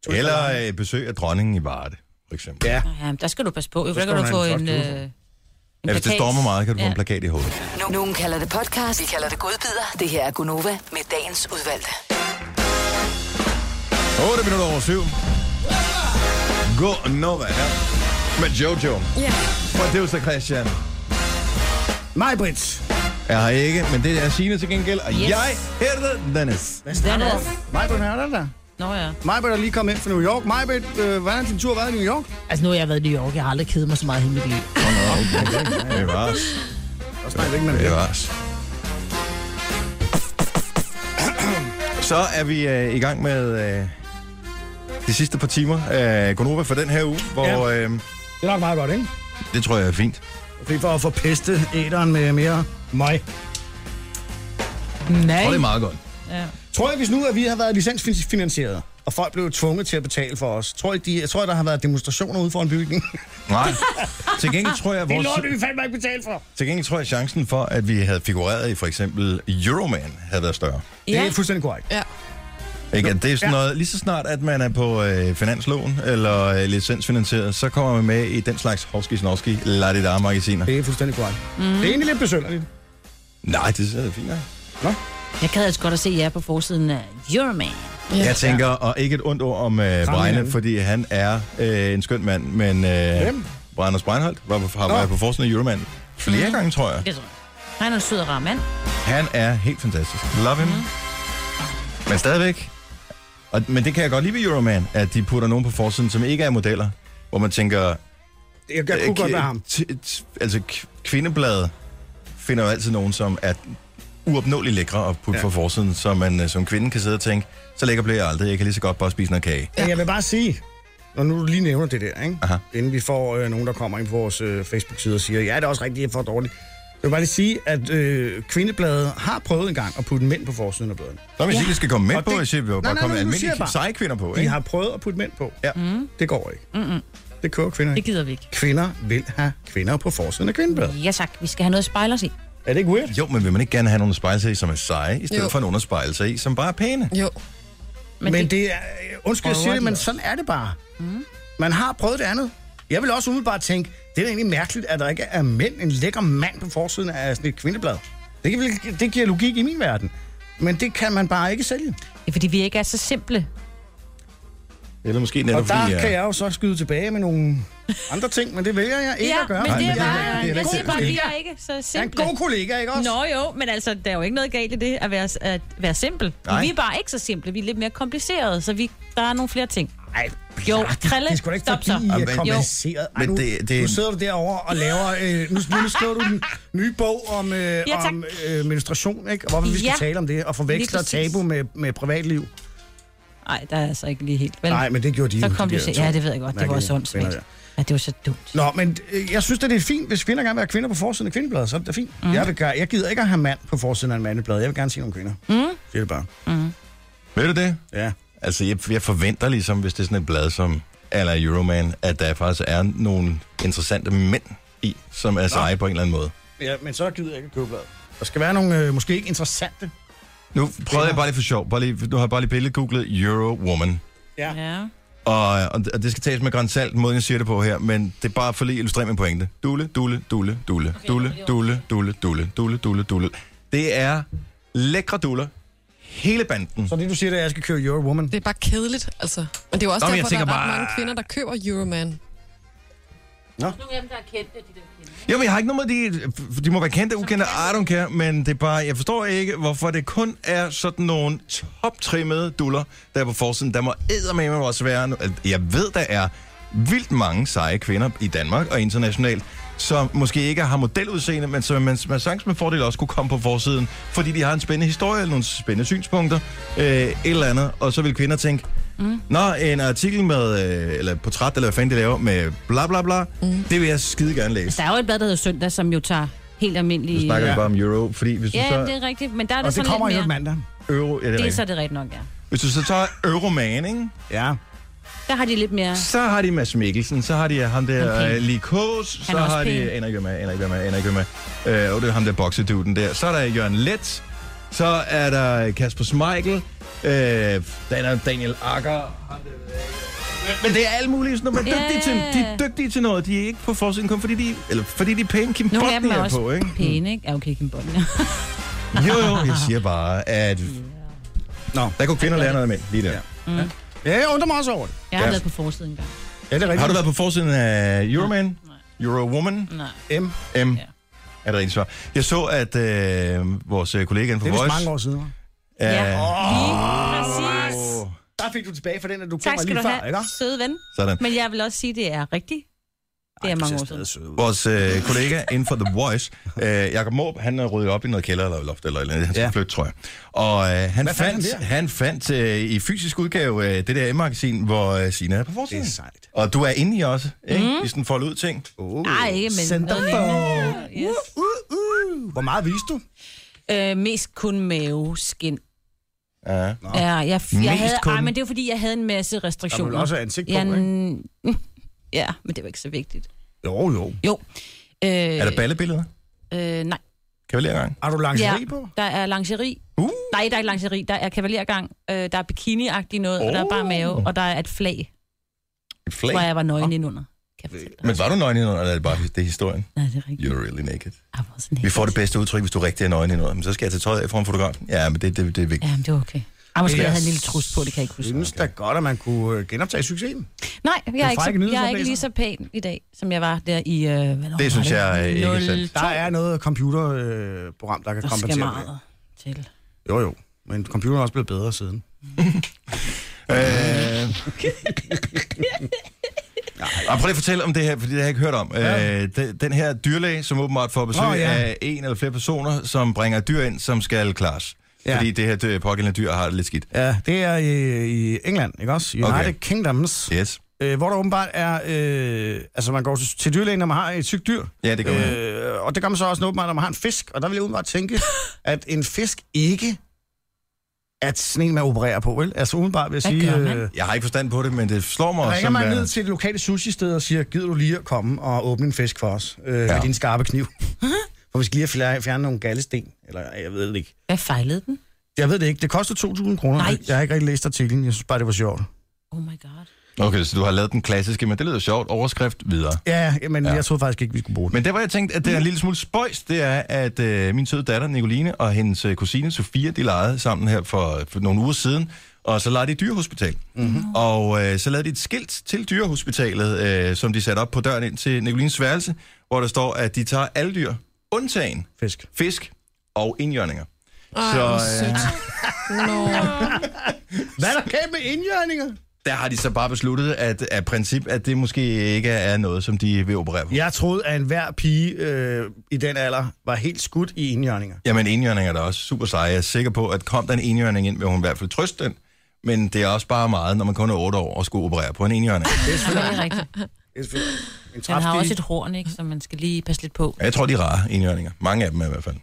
A: eller øh, besøg af dronningen i Varde, for eksempel.
B: Ja.
C: Nå, Ja, men der skal du passe på. Jo, der
B: står
C: kan du
B: der
C: få
B: en
C: en...
B: flot
C: øh, en
A: Ja, hvis Altså, det
C: plakat.
A: stormer meget, kan du få en
C: Ja.
A: plakat i hovedet.
H: No- Nogen kalder det podcast, vi kalder det godbider. Det her er Gunova med dagens udvalgte.
A: 8 minutter over 7. Gå Nova her. Med Jojo.
D: Ja.
A: Producer Christian.
B: Mig, Brits.
A: Jeg har ikke, men det er Signe til gengæld. Og yes.
C: Yes.
A: jeg hedder Dennis.
B: Hvad
C: Den
B: snakker du
C: er-
B: om? Mig, Britt, er der der?
C: Nå ja.
B: Mig, Britt er lige kommet ind fra New York. Mig, Britt, øh, hvordan har din tur været i New York?
I: Altså, nu har jeg været i New York. Jeg har aldrig kedet mig så meget i hele mit liv.
A: Det var os.
B: Der snakker ikke med
A: Det
B: det.
A: var os. Så er vi øh, i gang med øh, de sidste par timer af Gonova for den her uge, hvor øh,
B: Det er nok meget godt, ikke?
A: det tror jeg er fint.
B: Fordi for at få pestet æderen med mere møg.
A: Jeg
I: Nej.
A: tror, det er meget godt.
B: Tror jeg, hvis nu, at vi har været licensfinansieret, og folk blev tvunget til at betale for os, tror jeg, de, jeg tror, der har været demonstrationer ude foran bygningen.
A: Nej. Til gengæld tror jeg, vores,
B: vi fandme ikke betale for.
A: til gengæld tror jeg, chancen for, at vi havde figureret i for eksempel Euroman, havde været større.
B: Det
C: Ja.
B: er fuldstændig korrekt.
D: ja.
A: Ikke? At Det er sådan
B: Ja.
A: noget, lige så snart, at man er på øh, finansloven eller øh, licensfinansieret, så kommer man med i den slags hovski-snovski, la magasiner
B: Det er fuldstændig korrekt.
C: Mhm.
B: Mm. Det er egentlig lidt besynderligt.
A: Nej, det er fint. Ja.
C: Jeg kan altså godt at se jer på forsiden af Euroman.
A: Jeg tænker, og ikke et ondt ord om øh, Brejne,
B: hinanden.
A: fordi han er øh, en skøn mand, men øh,
B: Hvem?
A: Branders Breinholt var, på- har været på forsiden af Euroman flere gange, tror jeg.
C: Det tror jeg. Altså, Han er en sød og rar mand.
A: Han er helt fantastisk. Love him. Men stadigvæk. Og, men det kan jeg godt lide ved Euroman, at de putter nogen på forsiden, som ikke er modeller, hvor man tænker,
B: Jeg, jeg kunne
A: Øh,
B: godt være
A: k-
B: ham.
A: t- t- altså, k- kvindebladet finder jo altid nogen, som er uopnåeligt lækre at putte ja. på
B: Ja.
A: forsiden, så man øh, som kvinde kan sidde og tænke, så lækker bliver jeg aldrig, jeg kan lige så godt bare spise noget kage.
B: Men jeg vil bare sige, når nu du lige nævner det der, ikke?
A: Aha.
B: inden vi får øh, nogen, der kommer ind på vores øh, Facebook-side og siger, ja, det er også rigtigt, jeg får dårligt. Jeg vil bare lige sige, at øh, Kvindebladet har prøvet en gang at putte mænd på forsiden af bladet.
A: Så vil jeg sige, vi skal komme med
B: Og
A: på,
B: det-
A: jeg siger, vi
B: Nej,
A: vil bare
B: nej,
A: komme
B: nej, nu siger jeg
A: almindelige
B: bare-
A: seje kvinder på,
B: De
A: ikke?
B: har prøvet at putte mænd på.
A: Ja.
B: Mm. Det går ikke. Mm-mm. Det kører kvinder
C: Mhm. Det
B: ikke.
C: gider vi ikke.
B: Kvinder vil have kvinder på forsiden af Kvindebladet.
C: Ja tak, vi skal have noget at spejle os i.
B: Er det ikke weird?
A: Jo, men vil man ikke gerne have nogle spejlser i, som er seje, i stedet
D: Jo.
A: for nogle spejlser i, som bare er pæne?
D: Jo.
B: Men, men det, det er, undskyld, jeg
C: prøver
B: siger det,
C: de
B: men
C: også.
B: sådan er det bare. Mm. Man har prøvet det andet. Jeg vil også umiddelbart tænke, det er da egentlig mærkeligt, at der ikke er mænd, en lækker mand på forsiden af sådan et kvindeblad. Det, kan, vel- det giver logik i min verden. Men det kan man bare ikke sælge.
C: det er fordi, vi ikke er så simple.
A: Eller måske
B: Og
A: netop
B: der
A: fordi...
B: kan jeg jo så skyde tilbage med nogle andre ting, men det vælger jeg ikke at gøre.
C: men det
A: Nej,
C: er
A: men det er- det er ikke
C: bare, jeg siger bare,
A: simple.
C: vi er ikke så
B: Jeg er
C: simple.
B: en god kollega, ikke også?
C: Nå jo, men altså, der er jo ikke noget galt i det at være, at være simpel.
A: Nej.
C: Nej. Vi er bare ikke så simple, vi er lidt mere komplicerede, så vi, der er nogle flere ting.
B: Ej,
C: Jo,
B: bla, det-
C: Krille,
B: Det er sgu da ikke
C: stop
B: fordi,
C: så.
B: I
A: Jamen,
B: er
A: jo.
B: kompliceret. Ej,
A: Men
B: nu,
A: det- det-
B: nu sidder du derovre og laver... Øh, nu, nu skriver du den nye bog om, øh, ja,
C: tak.
B: om øh, menstruation, ikke? Og hvorfor vi skal
C: Ja.
B: ja. tale om det, og forveksler
C: Lige præcis.
B: tabu med, med privatliv.
C: Nej, der er altså ikke lige helt. Vel?
B: Nej, men det gjorde de
C: så
B: jo,
C: kom
B: de
C: de,
B: der
C: så-
B: to
C: Ja, det ved jeg godt. Det var
B: mærkelige
C: også åndssvagt.
B: kvinder
C: Ja, det var så dumt.
B: Nå, men øh, jeg synes, da, det er fint, hvis kvinder gerne vil have kvinder på forsiden af kvindebladet, så er det da fint. Mm. Jeg, vil, gøre- jeg gider ikke at have mand på forsiden af en mandeblad. Jeg vil gerne se nogle kvinder. Mm. Det er det bare.
A: Ved du det?
B: Ja.
A: Altså, jeg, jeg forventer ligesom, hvis det er sådan et blad som eller Euroman, at der faktisk er nogle interessante mænd i, som er seje på en eller anden måde.
B: ja, men så gider jeg ikke at købe bladet. Der skal være nogle øh, måske ikke interessante.
A: Nu prøvede jeg bare lige for sjov. Bare lige, nu har jeg bare lige billedgooglet Eurowoman.
B: Ja. ja.
C: Ja.
A: Og, og det- og det skal tages med grænsalt, måden jeg siger det på her, men det er bare for lige at illustrere min pointe. Dule, dule, dule, dule, dule, dule, dule, dule, dule, dule, dule. Det er lækre duller. Hele banden.
B: Så det, du siger, det er, at jeg skal køre Your Woman.
D: Det er bare kedeligt, altså. Men det er jo også
A: Nå,
D: Nå,
A: men jeg
D: derfor, der er
A: tænker
D: bare...
A: bare-
D: mange kvinder, der køber Euroman.
C: Nogle af dem, der er kendte, de der kendte.
A: Jo, men jeg har ikke noget med de... De må være kendte, ukendte, I don't care, men det er bare... Jeg forstår ikke, hvorfor det kun er sådan nogle toptrimmede duller, der er på forsiden. Der må eddermame også være... no- Jeg ved, der er vildt mange seje kvinder i Danmark og internationalt, som måske ikke har modeludseende, men som man, man sagtens med fordel også kunne komme på forsiden, fordi de har en spændende historie, eller nogle spændende synspunkter, øh, et eller andet, og så vil kvinder tænke, mm. Nå, en artikel med, øh, eller et portræt, eller hvad fanden de laver, med bla bla bla, mm. det vil jeg skide gerne læse.
C: Altså, Der er jo et blad, der hedder Søndag, som jo tager helt almindelige...
A: Nu snakker vi
B: Ja.
A: bare om euro, fordi hvis
C: Ja,
A: du
C: det
A: så...
C: er rigtigt, men der er
B: Og
C: det
B: det
C: sådan
B: kommer jo
C: lidt mere...
B: mandag.
A: Euro, ja, det er
C: Det er så
A: rigtigt.
C: det rigtigt nok, ja.
A: Hvis du så tager Euroman, ikke?
B: Ja.
C: Der har de lidt mere...
A: så har de Mads Mikkelsen, så har de ham der
C: Han er
A: okay.
C: pæn.
A: Lee Kås, så
C: er også
A: har de...
C: pæn.
A: Aner ikke, hvem er, aner ikke, hvem er, aner ikke, hvem er. Øh, og det er ham der bokseduden der. Så er der Jørgen Let, så er der Kasper Schmeichel, øh, der er Daniel Akker, ham der, øh, men det er alle mulige sådan noget. Man er
C: Ja.
A: dygtige til, de er dygtige til noget. De er ikke på forsiden kun fordi de, eller fordi de er pæne. Kim
C: Nogle af dem
A: Bodden
C: er
A: er
C: også
A: på,
B: Mm.
A: ikke?
C: pæne, ikke? Ja, okay, Kim Bodden.
A: Jo, jo, jeg siger bare, at
B: Nå.
A: der kunne kvinder lære noget med lige der.
B: Ja. Ja, jeg undrer mig også over det.
C: Jeg har
A: Ja.
C: været på forsiden engang.
B: Ja, det er rigtigt.
A: Har du været på forsiden af Euroman? Eurowoman?
C: Nej.
B: M?
A: M. Er det rigtigt svar? Jeg så, at øh, vores øh, kollega inden
B: Det er
A: for
B: vist
A: Voice...
B: mange år siden. hva'?
C: Ja,
A: er-
C: lige præcis.
A: Åh,
B: Der fik du tilbage for den, at du
C: Tak
B: køber
C: skal
B: lige
C: du
B: før, ikke?
C: have, søde ven.
A: Sådan.
C: Men jeg vil også sige, at det er rigtigt. Det er mange år siden.
A: Vores øh, kollega inden for The Voice, øh, Jakob Måb, han har ryddet op i noget kælder eller loft eller et eller andet. Han skal
B: Ja.
A: ja. flytte, tror jeg. Og øh, han,
B: Hvad fandt han
A: fandt,
B: der?
A: han fandt øh, i fysisk udgave øh, det der M-magasin, hvor øh, Sina er på
B: Det
A: forsiden.
B: er sejt.
A: Og du er inde i også, ikke? Mm. I sådan folde ud ting.
B: Oh.
C: Nej, ikke, men...
B: Centerfold.
C: noget lignende. Yes.
B: Uh, uh. Hvor meget viste du?
C: Øh, mest kun maveskin.
A: Ja.
C: Ja, jeg, jeg, jeg havde,
A: kun?
C: kun... Ej, men det var fordi, jeg havde en masse
B: Der må
C: restriktioner.
B: vel også have ansigt på,
C: jeg,
B: ikke?
C: Ja, men det var ikke så vigtigt.
B: Jo, jo.
C: Jo. Øh,
A: Er der ballebilleder?
C: øh, nej.
A: Kan vi lære gang?
B: Har du
C: Ja,
B: lingerie på?
C: der er lingerie.
A: Uh.
C: Nej, der er ikke lingerie. Der er kavalergang. Øh, der er bikini-agtig noget, oh. og der er bare mave, og der er et flag,
A: Et flag?
C: hvor jeg var nøgen indenunder. Kan jeg fortælle dig.
A: Ah. Men var du nøgen indenunder, eller er det bare det er historien?
C: Nej, det er rigtigt.
A: You're really naked.
C: Jeg var sådan
A: Vi
C: helt...
A: får det bedste udtryk, hvis du rigtig er nøgen i noget. Men så skal jeg tage tøjet af foran fotografen. Ja, men det, det, det er vigtigt.
C: Jamen, det var okay. Ej, måske
B: Ellers-
C: jeg havde en lille trus på, det kan jeg ikke
B: Jeg
C: huske.
B: synes da godt, at man kunne øh, genoptage succesen.
C: Nej, jeg er, ikke
B: frække
C: så, jeg er ikke
B: nyhedsoplæser.
C: lige så pæn i dag, som jeg var der i... Øh, hvad var
A: synes jeg, øh, ikke er sandt.
B: Der er noget computerprogram, øh, program, der kan
C: Der skal
B: kompensere for
C: meget til.
B: det. Jo, jo. Men computeren er også blevet bedre siden.
A: Øh... Og prøv lige at fortælle om det her, fordi det har jeg ikke hørt om. Ja. Øh, de- den her dyrlæge, som åbenbart får besøg
B: Nå,
A: oh,
B: ja.
A: ja. af en eller flere personer, som bringer dyr ind, som skal klares.
B: Ja.
A: Ja. Fordi det her dø- pågældende dyr har det lidt skidt.
B: Ja, det er i, i England, ikke også? United okay.
A: Okay.
B: Kingdoms.
A: Yes.
B: Øh, hvor der åbenbart er... Øh, altså, man går til, til dyrlægen, når man har et sygt dyr.
A: Ja, det gør man.
B: Øh, og det gør man så også åbenbart, når man har en fisk. Og der vil jeg åbenbart tænke, at en fisk ikke er sådan en, man opererer på, vel? Altså, udenbart vil jeg
C: Hvad
B: sige...
C: gør man?
B: Øh,
A: Jeg har ikke forstand på det, men det slår mig også
B: ringer
A: som
B: man ned
A: værende.
B: til det lokale sushi-sted og siger, gider du lige at komme og åbne en fisk for os øh, ja. med din skarpe kniv? for vi skal lige have fjer- fjerne nogle gallesten, eller jeg ved det ikke.
C: Hvad fejlede den?
B: Jeg ved det ikke. Det koster 2.000 kroner.
C: Nej.
B: Jeg har ikke rigtig læst artiklen. Jeg synes bare, det var sjovt.
C: Oh my god.
A: Okay, så du har lavet den klassiske, men det lyder sjovt. Overskrift videre.
B: Ja, ja, men ja. jeg troede faktisk ikke, vi skulle bruge den.
A: Men der, hvor jeg tænkte, at det er en lille smule spøjs, det er, at øh, min søde datter Nicoline og hendes øh, kusine Sofia, de legede sammen her for, for nogle uger siden, og så legede de i dyrehospital. Mm-hmm. Og øh, så lavede de et skilt til dyrehospitalet, øh, som de satte op på døren ind til Nicolines værelse, hvor der står, at de tager alle dyr, undtagen
B: Fisk.
A: fisk og indjørninger.
D: Ej,
A: Så,
D: så,
A: øh,
D: sødt. Nå,
B: Hvad er der kan med indjørninger?
A: Der har de så bare besluttet, at af princip, at det måske ikke er noget, som de vil operere på.
B: Jeg troede, at enhver pige øh, i den alder var helt skudt i indjørninger.
A: Jamen, enhjørninger er da også super seje. Jeg er sikker på, at kom der en enhjørning ind, vil hun i hvert fald trøste den. Men det er også bare meget, når man kun er 8 år og skulle operere på en enhjørning.
B: Det er
C: Ja,
B: selvfølgelig
C: det er rigtigt.
B: det er selvfølgelig en
C: Den har også et
B: træfstil.
C: horn, ikke, som man skal lige passe lidt på.
A: Ja, Jeg tror, de er rare enhjørninger. Mange af dem er i hvert fald.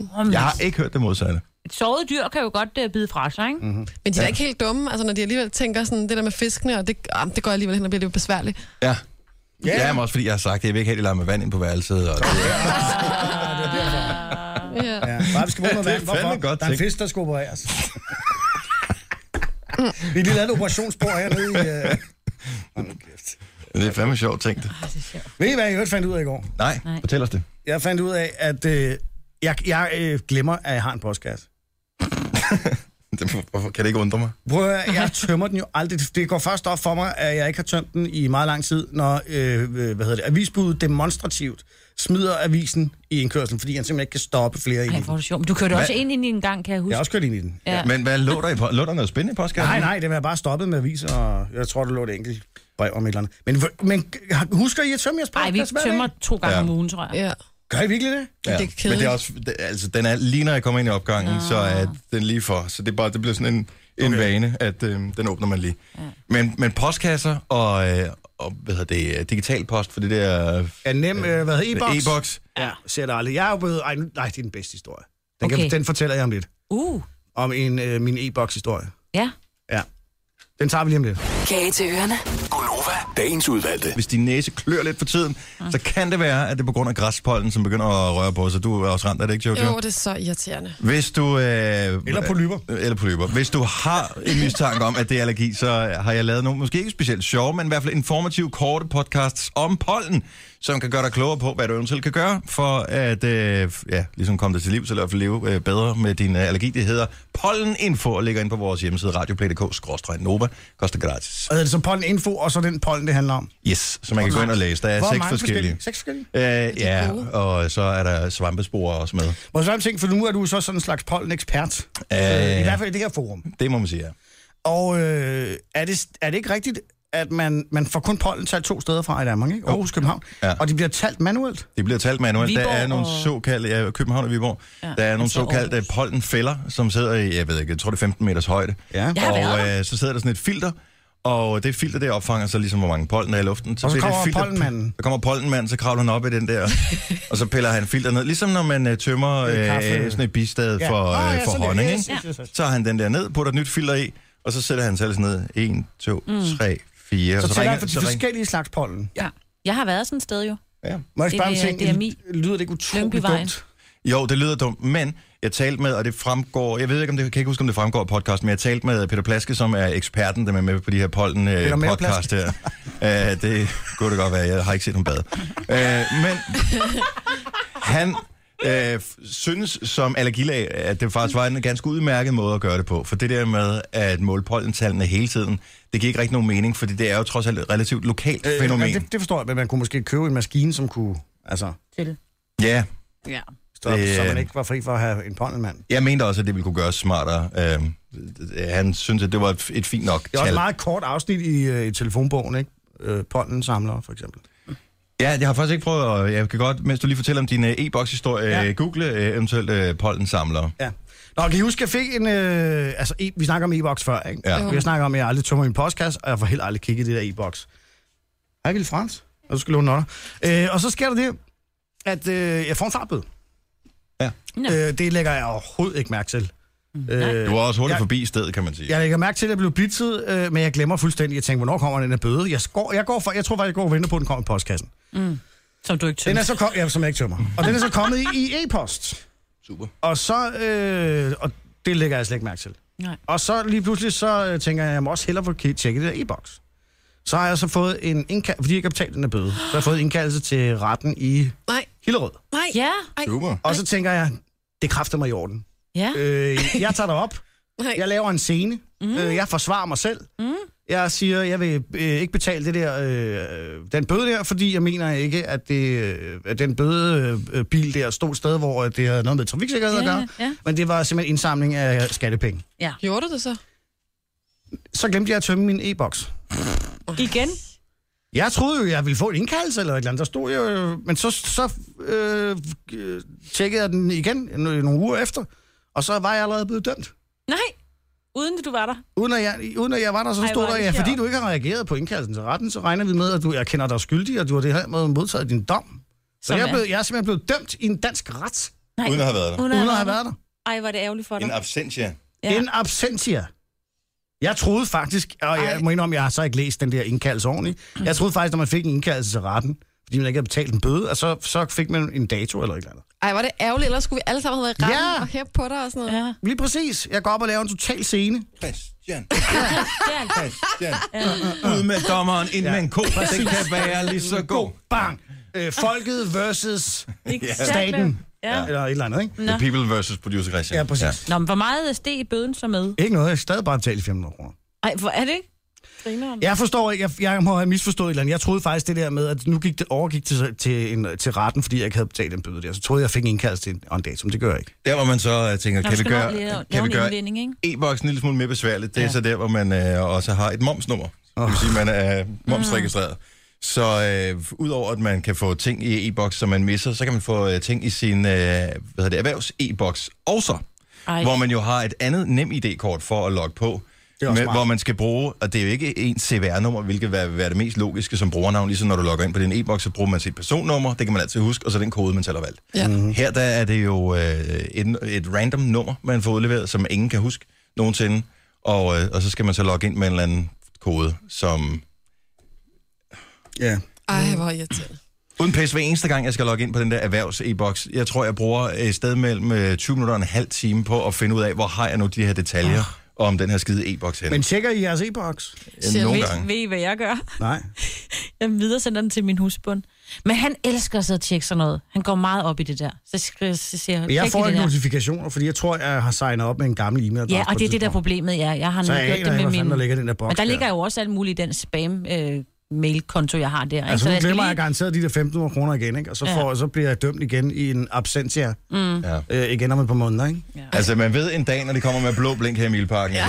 C: Oh,
A: Jeg har ikke hørt det modsatte.
C: Et såret dyr kan jo godt uh, bide fra sig, ikke?
A: Mhm.
C: Mm.
D: Men de er da ikke helt dumme, altså når de alligevel tænker sådan, det der med fiskene, og det, ah, det går alligevel hen og bliver lidt besværligt.
A: Ja.
B: Ja.
A: Ja, men også fordi jeg har sagt, at jeg vil ikke have det lavet med vand ind på værelset. Og det,
C: Ah,
D: Ja.
B: Ja, bare vi skal vågne med
A: Det er
B: vand. Hvorfor?
A: fandme godt
B: der er
A: tænkt.
B: en fisk, der skal opereres. Vi har lige lavet et operationsbord hernede i... Øh... Hold nu kæft.
A: det er fandme sjovt tænkt.
C: Ah,
B: Ved I, hvad jeg i øvrigt fandt ud af i går?
A: Nej,
C: Nej.
A: fortæl os det.
B: Jeg fandt ud af, at øh, jeg, jeg øh, glemmer, at jeg har en postkasse.
A: Det- Hvorfor kan det ikke undre mig?
B: Prøv at høre, jeg tømmer den jo aldrig. Det- Det går først op for mig, at jeg ikke har tømt den i meget lang tid, når øh, øh, hvad hedder det, avisbuddet demonstrativt smider avisen i indkørslen, fordi han simpelthen ikke kan stoppe flere i
C: Ej,
B: den.
C: hvor er det sjovt. Men du kørte også
A: Hvad?
C: ind i en gang, kan jeg
B: Jeg har
C: huske.
B: også kørt ind i den.
C: Ja.
A: Men hvad lå der, i, po- lå der noget spændende i postkassen?
B: Nej, nej, det var bare stoppet med aviser, og jeg tror, der lå et enkelt brev om et eller andet. Men, hvor- men husker I at tømme jeres
C: Nej,
B: postkasse
C: vi
B: hver dag?
C: tømmer to gange
A: Ja.
C: ja. om ugen, tror jeg.
D: ja.
B: Gør I virkelig det?
A: Ja,
D: Det er
A: men
D: kedeligt. Ah.
A: det er også, det, altså, den er lige når jeg kommer ind i opgangen, så er den lige for. Så det, er bare, det bliver sådan en, en
B: Okay.
A: vane, at øh, den åbner man lige. Ja. Men, men postkasser og, øh, og hvad hedder det, øh, digital post for det der øh,
B: Er nem, øh, hvad hedder e-box?
A: e-boks,
B: Ja, ser det aldrig. Jeg er jo blevet... Ej, nu- nej, det er den bedste historie. Den, okay. kan,
C: Okay.
B: den fortæller jeg om lidt.
C: Uh,
B: Om en, øh, min e-boks-historie.
C: ja.
B: Ja. Den tager vi lige om lidt.
H: Kage til ørerne.
J: Gonova, dagens udvalgte.
A: hvis din næse klør lidt for tiden,
D: Ah.
A: så kan det være, at det er på grund af græspollen, som begynder at røre på sig. Du er også ramt af det, ikke, Jojo?
D: Jo, det er så irriterende.
A: Hvis du... Øh,
B: Eller polypper.
A: Eller polypper. Hvis du har en mistanke om, at det er allergi, så har jeg lavet nogle, måske ikke specielt sjove, men i hvert fald informative, korte podcasts om pollen, som kan gøre dig klogere på, hvad du eventuelt kan gøre, for at øh, ja, ligesom komme dig til liv, så i hvert fald leve øh, bedre med din øh, allergi. Det hedder Polleninfo, og ligger inde på vores hjemmeside radioplay.dk-nova. Koster gratis.
B: Og det er så pollen info, og så den pollen, det handler om.
A: Yes, så man kan gå ind og læse. Der er
B: Hvor
A: seks
B: mange
A: forskellige.
B: Seks forskellige?
A: Øh, ja, og så er der svampespor også med.
B: Må jeg så ting, for nu er du så sådan en slags pollen-ekspert.
A: Øh.
B: Øh, I hvert fald i det her forum.
A: Det må man sige, ja.
B: Og øh, er, det, er det ikke rigtigt, at man, man får kun pollen talt to steder fra i Danmark, ikke? Aarhus, København.
A: Ja.
B: Ja. Og de bliver talt manuelt.
A: Det bliver talt manuelt. Viborg der
C: Viborg
A: er nogle
C: og-
A: såkaldte, ja, København og Viborg, ja, der er nogle
C: altså
A: såkaldte
C: Aarhus.
A: pollenfælder, som sidder i, jeg ved ikke, jeg tror det er 15 meters højde.
B: Ja.
C: Jeg har været
A: og øh, så sidder der sådan et filter, og det filter der opfanger så ligesom, hvor mange pollen der er i luften.
B: Og så
A: bliver det
B: kommer
A: filter-
B: pollenmanden.
A: Så kommer pollenmanden, så kravler han op i den der, og så piller han filter ned. Ligesom når man øh, tømmer
B: Øh,
A: øh,
B: kaffe.
A: sådan et bistad
B: Ja.
A: for,
B: Ah,
A: øh,
B: ja,
A: for
B: sådan der.
A: honning,
B: Yes,
A: ikke?
B: yes, yes, yes.
A: Så tager han den der ned, putter et nyt filter i, og så sætter han selv sådan ned. 1, 2, 3, 4.
B: Så, så tæller jeg for de forskellige slags pollen.
C: Ja. Jeg har været sådan et sted jo.
A: Ja.
B: Må jeg
C: Det
B: spørge om
C: er
B: ting?
C: DMI.
B: Lyder det ikke utroligt
C: Lyngbyvejen.
B: dumt?
A: Jo, det lyder dumt, men jeg talte med, og det fremgår, jeg ved ikke, om det, jeg kan ikke huske, om det fremgår af podcasten, men jeg talte med Peter Plaske, som er eksperten, der er med på de her pollen øh,
B: Peter Mave
A: podcast her. Æh, det kunne det godt være, jeg har ikke set ham bade. Æh, men han øh, f- synes som allergilag, at det faktisk var en ganske udmærket måde at gøre det på, for det der med at måle pollentallene hele tiden, det giver ikke rigtig nogen mening, fordi det er jo trods alt et relativt lokalt øh,
B: Fænomen.
A: fænomen.
B: Ja, det, det forstår jeg, men man kunne måske købe en maskine, som kunne... Altså,
C: Til.
A: Ja,
C: Ja.
B: så,
A: Det-
B: så man ikke var fri for at have en pollenmand.
A: Jeg mente også, at det ville kunne gøres smartere. Øh, han synes, at det var et, et fint nok
B: Det er også
A: tal.
B: et meget kort afsnit i, øh, i telefonbogen, ikke? Øh, pollen samler, for eksempel.
A: Ja, jeg har faktisk ikke prøvet, og jeg kan godt, mens du lige fortæller om din øh, e-boks-historie,
B: Ja.
A: ja. google øh, eventuelt øh, pollensamlere.
B: Ja. Nå, kan I huske, jeg fik en... Øh, altså, e, vi snakker om e-boks før, ikke?
A: Ja. Jo.
B: Vi har snakket om, at jeg aldrig tømmer min postkasse, og jeg får heller aldrig kigget i det der e-boks. Hej, Ville Frans. Og du skal låne notter. Øh, og så sker der det, at øh, jeg får en fartbøde.
A: Ja.
C: Nå.
B: Øh, det lægger jeg overhovedet ikke mærke til.
A: Du var også hurtigt
B: Jeg-
A: jeg... forbi stedet, kan man sige.
B: Jeg lægger mærke til, at jeg blev blitzet, øh, men jeg glemmer fuldstændig. Jeg tænker, hvornår kommer den her bøde? Jeg, går, jeg, går for, jeg tror faktisk, jeg går og venter på, at den kommer i postkassen.
C: Som du ikke
B: Den
C: tømte.
B: er så kommet, ja, som jeg ikke tømmer. Og den er så kommet i, i e-post.
A: Super.
B: Og så, øh, og det lægger jeg slet ikke mærke til.
C: Nej.
B: Og så lige pludselig, så øh, tænker jeg, jeg må også hellere få ki- tjekket det der e-boks. Så har jeg så fået en indkaldelse, fordi jeg ikke har betalt den her bøde, så har jeg fået en indkaldelse til retten i
D: Nej,
B: Hillerød.
D: nej.
C: Ja,
D: Ej,
A: Super.
B: Og så tænker jeg, det kræfter mig i orden.
C: ja.
B: Øh, jeg tager dig op,
D: nej.
B: jeg laver en scene, mm. øh, jeg forsvarer mig selv. Mm. Jeg siger, jeg vil øh, ikke betale det der, øh, den bøde der, fordi jeg mener ikke, at, det, øh, at den bøde øh, bil der stod et sted, hvor øh, det havde noget med trafiksikkerhed at
C: Ja,
B: gøre.
C: ja.
B: Men det var simpelthen indsamling af skattepenge.
D: Gjorde du det så?
B: Så glemte jeg at tømme min e-boks. Øh.
C: Igen.
B: Jeg troede jo, jeg ville få en indkaldelse eller et eller andet. Der stod jeg jo, men så, så øh, øh, tjekkede jeg den igen no- nogle uger efter, og så var jeg allerede blevet dømt.
C: Nej. Uden at du var der?
B: Uden at jeg, uden at jeg var der, så
C: Ej,
B: stod
C: hvor er
B: der,
C: det
B: ja, fordi
C: sjovt.
B: du ikke har reageret på indkaldelsen til retten, så regner vi med, at du erkender dig skyldig, og du har det her med modtaget din dom. Så
C: Som
B: jeg er,
C: er?
B: blevet, jeg er simpelthen blevet dømt i en dansk ret,
C: Nej.
A: Uden at have været der.
B: uden at have været der.
C: Ej, var det ærgerligt for dig.
A: En absentia.
C: Ja.
B: Ja. En absentia. Jeg troede faktisk, og jeg
D: Ej.
B: må indrømme, jeg har så ikke læst den der indkaldelse ordentligt. Jeg troede faktisk, når man fik en indkaldelse til retten, fordi man ikke havde betalt en bøde, og så, så fik man en dato eller et eller andet.
D: Ej, var det ærgerligt, ellers skulle vi alle sammen have været i retten
B: Ja.
D: og hæppe på dig og sådan noget.
C: Ja,
B: Lige præcis. Jeg går op og laver en total scene.
A: Christian.
C: ja.
A: Christian. Ud med dommeren, ind med en ko. Den kan være lige så god.
B: Bang! Øh, folket versus
C: Exactly.
B: staten.
C: Ja.
B: Eller et eller andet, ikke?
A: The people versus producer Christian.
B: Ja, præcis.
C: Nå, men hvor meget steg i bøden så med?
B: Ikke noget. Jeg har stadig bare betalt 500 kroner.
C: Ej, hvor er det ikke? Grineren.
B: Jeg forstår ikke. Jeg, jeg må have misforstået et eller andet. Jeg troede faktisk det der med, at nu gik det, overgik til, til, en, til retten, fordi jeg ikke havde betalt en bøde der. Så troede jeg, jeg fik en indkaldelse til en, og en datum. Det gør jeg ikke.
A: Der hvor man så øh, tænker,
C: Nå,
A: kan
C: du
A: vi
C: skal nok lige
A: gøre,
C: lave
A: kan vi
C: en
A: gøre
C: indvending, ikke?
A: e-boksen en lille smule mere besværligt. Det er så der, hvor man øh, også har et momsnummer. Det vil sige, man
C: Mm.
A: er momsregistreret. Så øh, udover at man kan få ting i e-boks, som man misser, så kan man få øh, ting i sin øh, hvad hedder det, erhvervs e-boks også.
C: Ej.
A: Hvor man jo har et andet nem ID-kort for at logge på.
B: er også
A: Med,
B: smart.
A: hvor man skal bruge, og det er jo ikke en CVR-nummer, hvilket vil være det mest logiske som brugernavn, ligesom når du logger ind på din e-boks, så bruger man sit personnummer, det kan man altid huske, og så den kode, man selv har valgt.
D: Ja.
B: Mhm.
A: Her der er det jo øh, et, et random nummer, man får udleveret, som ingen kan huske nogensinde. Og, øh, og så skal man så logge ind med en eller anden kode, som...
B: Ja. Yeah.
D: Ej, hvor irriterende.
A: Uden pis, hver eneste gang, jeg skal logge ind på den der erhvervs e-boks, jeg tror, jeg bruger et sted mellem øh, 20 minutter og en halv time på at finde ud af, hvor har jeg nu de her detaljer om den her skide e-boks henne.
B: Men tjekker I jeres e-boks?
A: Øh, Nogle
C: ved,
A: gange.
C: ved I, hvad jeg gør?
B: Nej.
C: Jeg videresender den til min husbund. Men han elsker at sidde og tjekke sådan noget. Han går meget op i det der. Så, skri- så siger han,
B: Jeg
C: "Tjek
B: får
C: lige
B: ikke
C: det der."
B: notifikationer, fordi jeg tror, jeg har signet op med en gammel e-mail.
C: Ja, og det er det der problemet, ja. Jeg har
B: Så jeg aner
C: gjort det
B: ikke,
C: med
B: hvad fanden
C: min...
B: der ligger i den der boks.
C: Men der ligger jo også alt muligt i den spam øh, mailkonto, jeg har der. ikke?
B: Altså, nu
C: jeg skal
B: glemmer jeg
C: lige-
B: garanteret de der 1.500 kroner igen, ikke? Og så,
C: Ja. Mm.
B: får, så bliver jeg dømt igen i en absentia
A: Ja.
B: øh, igen om et par måneder, ikke?
A: Altså, man ved en dag, når de kommer med blå blink her i Mileparken, ja.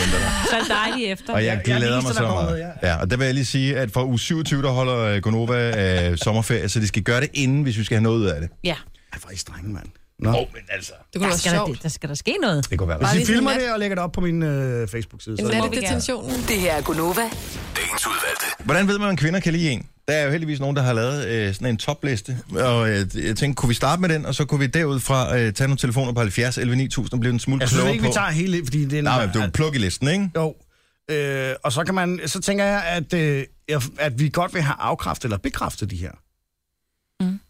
C: Så er det dejligt efter.
A: Og jeg
B: jeg er
A: glæder
B: den
A: mig
B: eneste,
A: så
B: der går
A: meget.
B: med,
A: Ja. og der vil jeg lige sige, at for uge 27, der holder øh, Gonova øh, sommerferie, så de skal gøre det inden, hvis vi skal have noget ud af det.
C: Ja,
B: Ej, hvor er I strenge, mand. Nå.
A: Åh, oh, men altså,
D: Det kunne
C: der
D: være
C: skal, der,
D: sjovt.
C: det- der skal der ske noget.
A: det kunne være
B: Hvis
D: Bare
B: I
D: lige
B: filmer
D: sådan
B: det og lægger det op på min øh, Facebook-side,
D: En
B: så...
D: nat i detentionen.
H: Det her er Gunova.
J: Dagens udvalgte.
A: Hvordan ved man, om kvinder kan lide en? Der er jo heldigvis nogen, der har lavet øh, sådan en topliste, og øh, jeg tænkte, kunne vi starte med den, og så kunne vi derudfra øh, tage nogle telefoner på 70 11 9000 og blive en smule
B: Jeg synes
A: klogere
B: ikke, vi tager
A: på.
B: hele, fordi det er en...
A: Nej, men du er pluk i listen, ikke?
B: Jo. Øh, og så, kan man, så tænker jeg at, øh, jeg- at vi godt vil have afkræftet eller bekræftet de her.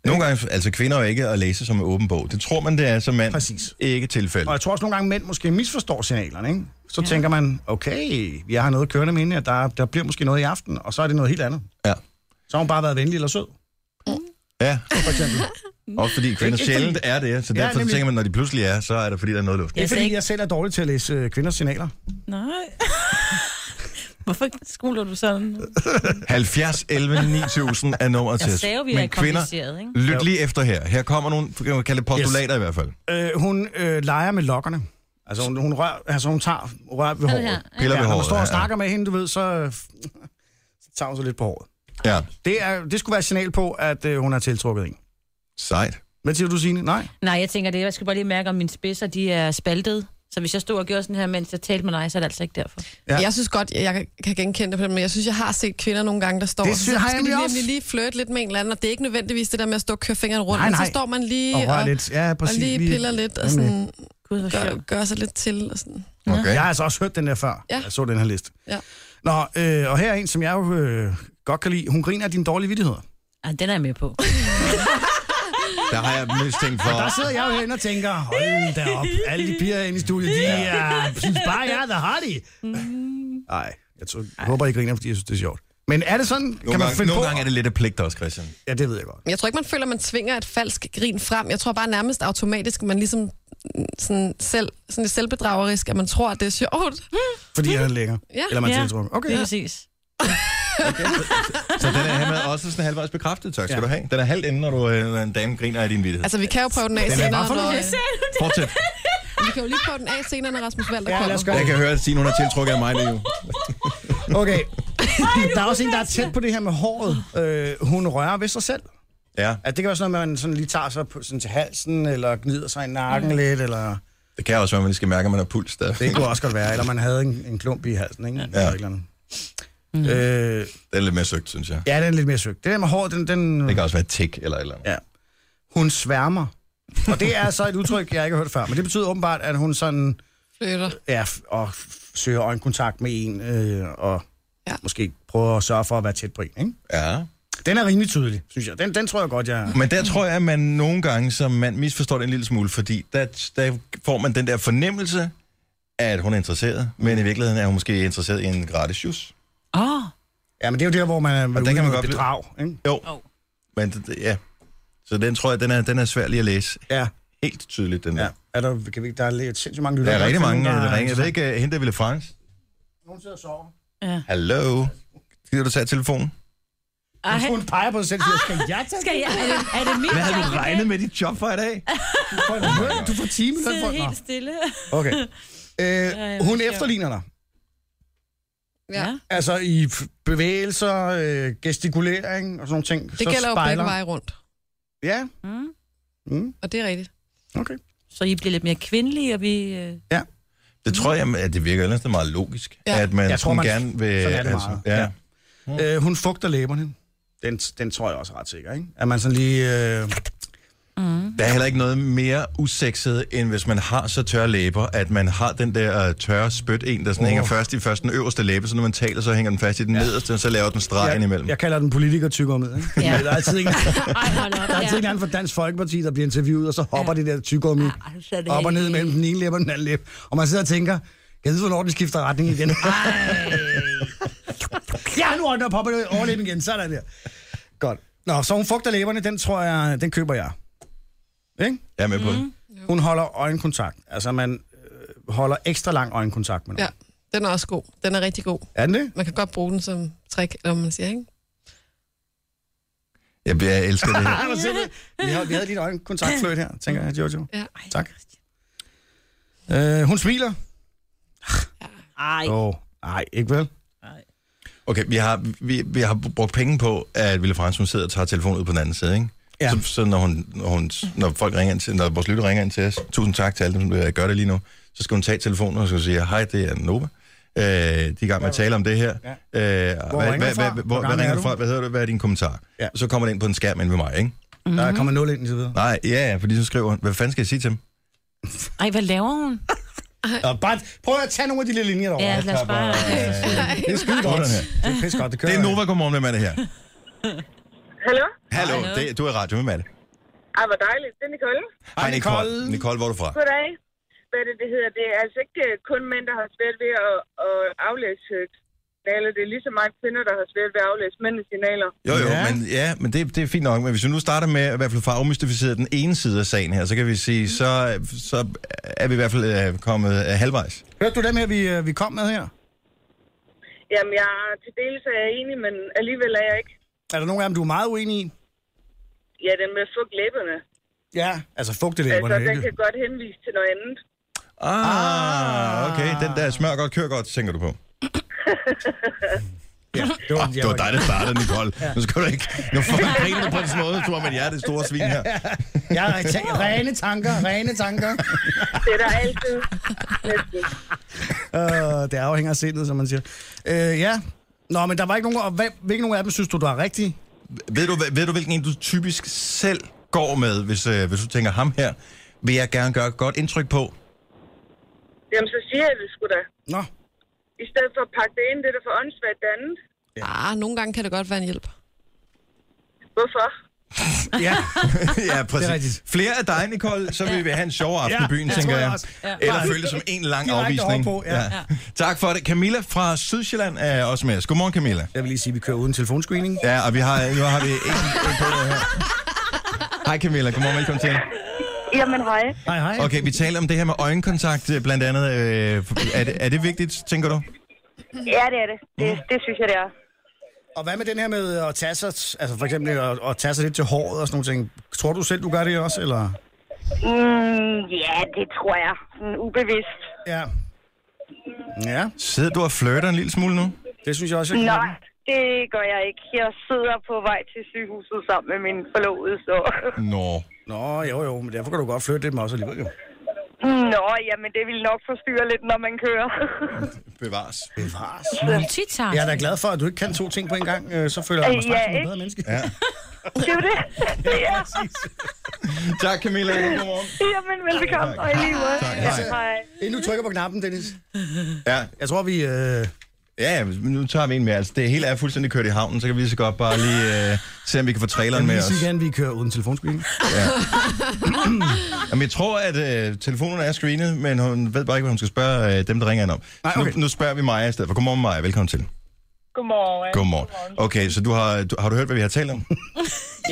A: Nogle gange, altså kvinder er jo ikke at læse som en åben bog. Det tror man, det er som mand.
B: Præcis.
A: Ikke tilfældet.
B: Og jeg tror også nogle gange, mænd måske misforstår signalerne, ikke? Så ja. tænker man, okay, jeg har noget kørende med hende, og der, der bliver måske noget i aften, og så er det noget helt andet.
A: Ja.
B: Så har hun bare været venlig eller sød.
A: Ja. For eksempel. Også fordi kvinder
B: Ikke- ikke
A: sjældent er det, så
B: Ja,
A: derfor så
B: nemlig.
A: tænker man, når de pludselig er, så er det fordi, der er noget luft.
B: Det er
C: Jeg
B: fordi,
C: sagde ikke-
B: jeg selv er dårlig til at læse øh, kvinders signaler.
C: Nej. Hvorfor skoler du sådan?
B: Altså,
A: 70 11 9000 er nummeret til
C: Jeg
A: os.
C: sagde jo, vi er
A: Men kvinder,
C: kompliceret, ikke?
A: lyt lige efter her. Her kommer nogle, kan man kalde det postulater yes. i hvert fald.
B: Øh, hun øh, leger med lokkerne. Altså hun, hun, rør, altså, hun tager rør ved håret.
C: her, ja.
A: Piller ved
B: når man
A: håret,
B: står og
A: ja, ja.
B: snakker med hende, du ved, så, øh, så tager hun sig lidt på håret.
A: Ja,
B: Det, er, det skulle være et signal på, at øh, hun er tiltrukket en.
A: sejt.
B: Hvad siger du, Signe? Nej?
C: Nej, jeg tænker det. Jeg skal bare lige mærke, om mine spidser de er spaltet. Så hvis jeg stod og gjorde sådan her, mens jeg talte med dig, så er det altså ikke derfor.
B: Ja.
D: Ja. Jeg synes godt, jeg kan genkende det på den, men jeg synes, jeg har set kvinder nogle gange, der står,
B: Det
D: og så
B: synes- har jeg
D: skal de
B: nemlig
D: nemlig
B: også.
D: lige flirte lidt med en eller anden, og det er ikke nødvendigvis det der med at stå og køre fingrene rundt,
B: Nej,
D: nej, nej.
B: nej.
D: men så står man lige
B: Og
D: og,
B: rører lidt. Ja,
D: og
B: præcis.
D: lige piller lidt og
B: Nemlig.
D: sådan,
C: Gud, hvor
D: gør,
C: sjovt.
D: gør sig lidt til. Og sådan.
A: Okay.
B: Jeg
A: Ja.
B: har altså også hørt den der før.
D: Ja.
B: Jeg så den her liste.
D: Ja.
B: Nå, øh, og her er en, som jeg jo øh, godt kan lide. Hun griner af dine dårlige vidtigheder.
C: Ej, den er jeg med på.
A: Der har jeg mistænkt for...
B: Der sidder jeg jo herinde og tænker, hold da op, alle de piger herinde i studiet, de er, synes bare, jeg er the hottie.
C: Mm.
B: Nej, jeg, tror, jeg håber, I griner, fordi jeg synes, det er sjovt. Men er det sådan,
A: Nogle,
B: kan man
A: gange,
B: finde
A: nogle
B: på?
A: gange er det lidt af pligt også, Christian.
B: Ja, det ved jeg godt.
D: Men Jeg tror ikke, man føler, at man tvinger et falsk grin frem. Jeg tror bare nærmest automatisk, at man ligesom mm, sådan selv, sådan lidt selvbedragerisk, at man tror, at det er sjovt.
B: Fordi jeg er længere.
D: Ja.
B: Eller man
C: Ja.
B: tiltrukken. Okay.
C: Lige præcis.
A: Så den er hermed også sådan halvvejs bekræftet. Tak skal
B: Ja.
A: du have. Den er halvt inden, når du øh, når en dame griner af din vidtighed.
D: Altså, vi kan jo prøve den af
B: Den er bare
D: senere.
B: for
D: Når,
B: lidt.
A: Fortsæt.
D: vi kan jo lige prøve den af senere, når Rasmus Valder
B: Ja,
D: kommer.
B: lad os gøre
A: Jeg
B: det.
A: kan høre, at Signe, hun er tiltrukket af mig lige nu.
B: Okay. Der er også en, der er tæt på det her med håret. Øh, hun rører ved sig selv.
A: Ja.
B: Altså, det kan være sådan noget, at man sådan lige tager sig på, sådan til halsen, eller gnider sig i nakken mm. lidt, eller...
A: Det kan også være, at man lige skal mærke, at man har puls stadig.
B: Det kunne også godt være, eller man havde en, en klump i halsen, ikke? Eller et eller andet.
A: Mm.
B: Øh,
A: Det er lidt mere søgt, synes jeg.
B: ja, den er lidt mere søgt. Det der med hår, den... den
A: Det kan også være tæk eller et eller andet.
B: Ja. Hun sværmer. Og det er så et udtryk, jeg ikke har hørt før, men det betyder åbenbart, at hun sådan
D: Flytter.
B: ja, f- og f- søger øjenkontakt med en, øh, og
D: Ja.
B: ja. måske prøver at sørge for at være tæt på en. Ikke?
A: Ja.
B: Den er rimelig tydelig, synes jeg. Den, den tror jeg godt, jeg...
A: Men der tror jeg, at man nogle gange som mand misforstår det en lille smule, fordi der, der får man den der fornemmelse, at hun er interesseret, men i virkeligheden er hun måske interesseret i en gratis jus.
C: Åh, oh,
B: Ja, men det er jo der, hvor man
A: der
B: er ude
A: kan man
B: med
A: godt blive-
B: bedrag. Ikke?
A: Jo.
C: Jo.
A: Men det- det- ja. Så den tror jeg, den er, den er svær lige at læse.
B: Ja,
A: Helt tydeligt, den der.
B: ja. Er der, kan vi, der er lidt- sindssygt mange
A: Der
B: lytter.
A: er rigtig mange,
B: Nogen,
A: der ringer. Jeg ved ikke, øh, hende der ville France.
B: Nogen sidder og sover.
A: Hallo? Gider du tage telefonen?
C: Ej,
B: Hun peger på sig selv og siger, skal jeg tage
C: skal jeg, er det, er det min
A: Hvad havde
C: job i
A: du
C: dag?
A: regnet med dit job for i dag?
B: den? Du får en løn, Du får timeløn for
C: Sidde helt
B: den.
C: stille.
B: Nå, Okay. Øh, hun
C: sjovt.
B: efterligner dig.
D: Ja.
B: Altså i f- bevægelser, øh, gestikulering og sådan nogle ting.
D: Det
B: så
D: gælder jo
B: spejler.
D: begge veje rundt,
B: Ja,
C: Mm.
D: og det er rigtigt.
B: okay.
C: Så I bliver lidt mere kvindelige, og vi... Øh...
A: Det tror jeg, at det virker ellers det er meget logisk,
D: Ja.
A: ja. at man,
B: Jeg tror,
A: tror, man
B: man-
A: gerne vil...
B: sådan er det meget.
A: ja.
B: Ja. Øh, hun fugter læberne. Den, den tror jeg også er ret sikker, ikke? At man sådan lige... Øh,
A: Der er heller ikke noget mere usekset, end hvis man har så tørre læber, at man har den der øh, tørre spyt en, der sådan
B: Åh.
A: oh. hænger først i først den øverste læbe, så når man taler, så hænger den fast i den ja. nederste, og så laver den streg ja.
B: jeg,
A: imellem.
B: jeg kalder den politikertygummet, ikke?
C: Ja.
B: Ja. Der er altid en, der
C: Ej, hold op.
B: er altid en anden fra Dansk Folkeparti, der bliver interviewet, og så hopper ja. det der tyggegummi
D: Ah,
C: Ej, så er det
B: op og ned
C: helt-
B: mellem den ene læbe og den anden læbe. Og man sidder og tænker, jeg ved, hvornår den skifter retning igen. ja, nu er den oppe og overlæben igen. Sådan der. Godt. Nå, så hun fugter læberne, den tror jeg, den køber jeg. Ikke?
A: Jeg er med på det.
B: Hun holder øjenkontakt. Altså, man øh, holder ekstra lang øjenkontakt med nogen.
D: Ja, den er også god. Den er rigtig god.
B: Ja. Er den det?
D: Man kan godt bruge den som trick, eller hvad man siger, ikke?
A: Jeg, bliver- jeg elsker det her.
B: Ah, hvor ser du? Vi havde, vi havde lige en øjenkontaktfløjt her, tænker jeg, Jojo.
D: Ja.
B: Tak. Øh, hun smiler.
C: Ej,
B: Åh, oh, nej, ikke vel?
A: Okay, vi har, vi, vi har brugt penge på, at Ville Frans, hun sidder og tager telefonen ud på den anden side, ikke?
B: Ja.
A: Så, så når, hun, når, hun, når folk ringer ind til, når vores lytter ringer ind til os, tusind tak til alle dem, der gør det lige nu, så skal hun tage telefonen og så sige, hej, det er Nova. Øh, de er i gang med at tale om det her.
B: Ja.
A: Øh,
B: Hvor
A: hvad,
B: ringer
A: hvad,
B: du fra?
A: Hvad,
B: Hvor
A: hvor, hvad
B: gammel
A: ringer
B: er
A: du
B: du?
A: fra? Hvad hedder du? Hvad er din kommentar?
B: Ja.
A: Så kommer det ind på en skærm inde ved mig, ikke?
B: Mm-hmm. Der kommer nul ind indtil videre.
A: Nej, ja, ja, fordi så skriver hun, hvad fanden skal jeg sige til dem?
C: Ej hvad laver hun?
B: Og bare, prøv at tage nogle af de lille linjer derovre.
C: Ja, lad os bare...
A: Det er skide godt, den her.
B: Det er pisse godt, det kører.
A: Det er Nova, godmorgen med Mette her.
F: Hallo?
A: Hallo,
C: Hallo.
A: det, du er i radio med Mette.
F: Ej, hvor dejligt. Det er Nicole.
A: Hej, Nicole.
B: Nicole.
A: Nicole, hvor er du fra?
F: Goddag. Hvad er det, det hedder? Det er altså ikke øh, kun mænd, der har svært ved at, at aflæse øh, signaler. Det er lige så meget kvinder, der har svært ved at aflæse mændenes signaler.
A: Jo, jo, ja.
B: Ja.
A: men, ja, men det, det er fint nok. Men hvis vi nu starter med at i hvert fald få afmystificeret den ene side af sagen her, så kan vi sige, så, så er vi i hvert fald øh, kommet øh, halvvejs.
B: Hørte du dem her, vi, øh, vi kom med her?
F: Jamen, jeg er til dels er jeg enig, men alligevel er jeg ikke.
B: Er der nogen af dem, du er meget uenig i?
F: Ja, den med fugt læberne.
B: Ja, altså fugt det
F: Altså,
B: læberne,
F: den
B: ikke?
F: kan godt henvise til noget andet.
A: Ah, okay. Den der smør godt, kører godt, tænker du på.
B: Ja, det var,
A: Ah, Det var dig, der startede, Nicole. Nu skal du ikke... Nu får jeg griner på en måde, tror man, jeg er det store svin her.
B: Ja, re- rene tanker, rene tanker.
F: Det er der altid. Næsten.
B: øh, det afhænger af sindet, som man siger. Øh, ja, Nå, men der var ikke nogen, og hvad, hvilken nogen af dem synes du, du er rigtig?
A: Ved du, hvad- ved du, hvilken en du typisk selv går med, hvis, øh, hvis du tænker ham her? Vil jeg gerne gøre et godt indtryk på?
F: Jamen, så siger jeg det sgu da.
B: Nå,
F: I stedet for at pakke det ind, det er der for åndssvagt det andet.
D: Ja. Ah, nogle gange kan det godt være en hjælp.
F: Hvorfor?
B: ja.
A: ja, præcis.
B: Ah, Det er rigtigt.
A: Flere af dig, Nicole, så vil vi have en sjov aften
B: Ja,
A: i byen,
B: det
A: tænker
B: tror jeg
A: jeg.
B: også. Ja.
A: Eller
B: Bare
A: føle det som en lang
B: direkte
A: afvisning.
B: overpå, ja.
A: Tak for det. Camilla fra Sydsjælland er også med os. Godmorgen, Camilla.
B: Jeg vil lige sige, at vi kører uden telefonscreening.
A: Ja, og vi har, nu har vi en, en på det her. Hej Camilla, godmorgen, velkommen til.
F: Jamen, hej.
B: Hej, hej.
A: Okay, vi taler om det her med øjenkontakt, øh, blandt andet. Øh, er, det, er det vigtigt, tænker du?
F: Ja, det er det. Det,
A: Mm.
F: det synes jeg, det er.
B: Og hvad med den her med at tage sig, altså for eksempel at, at tage sig lidt til håret og sådan nogle ting? Tror du selv, du gør det også, eller?
F: Mm, ja, det tror jeg. Sådan ubevidst.
B: Ja. Ja,
A: Sidder du og flirter en lille smule nu?
B: det synes jeg også, jeg kan.
F: Nej, det gør jeg ikke. Jeg sidder på vej til sygehuset sammen med min forlovede, så...
A: Nå.
B: Nå, jo jo, men derfor kan du godt flytte lidt med os alligevel jo.
F: Mm, Nå, jamen det vil nok forstyrre lidt, når man kører.
A: Bevares.
B: Bevares.
C: Multitasking.
B: Jeg er da glad for, at du ikke kan to ting på en gang. øh, Så føler jeg mig
F: Øh,
B: straks
F: ja,
B: som et
F: ikke?
B: bedre menneske.
A: Ja.
F: Det er jo det. ja.
A: Tak, Camilla. Godmorgen.
F: Jamen, velbekomme. Og i lige måde.
A: Tak,
F: Ja,
A: hej.
F: hej.
B: Inden du trykker på knappen, Dennis.
A: Ja,
B: Jeg tror, vi... Øh,
A: Ja, ja, men nu tager vi en med. Altså, det hele er fuldstændig kørt i havnen, så kan vi lige så godt bare lige øh, se, om vi kan få traileren med
B: vi
A: os.
B: synes gerne, vi kører uden telefonscreen.
A: Jamen, jeg tror, at øh, telefonen er screenet, men hun ved bare ikke, hvad hun skal spørge øh, dem, der ringer hende om.
B: Nej,
A: Så
B: okay.
A: nu, nu spørger vi Maja i stedet for. Godmorgen, Maja. Velkommen til.
F: Godmorgen.
A: Godmorgen. Okay, så du har, du, har du hørt, hvad vi har talt om?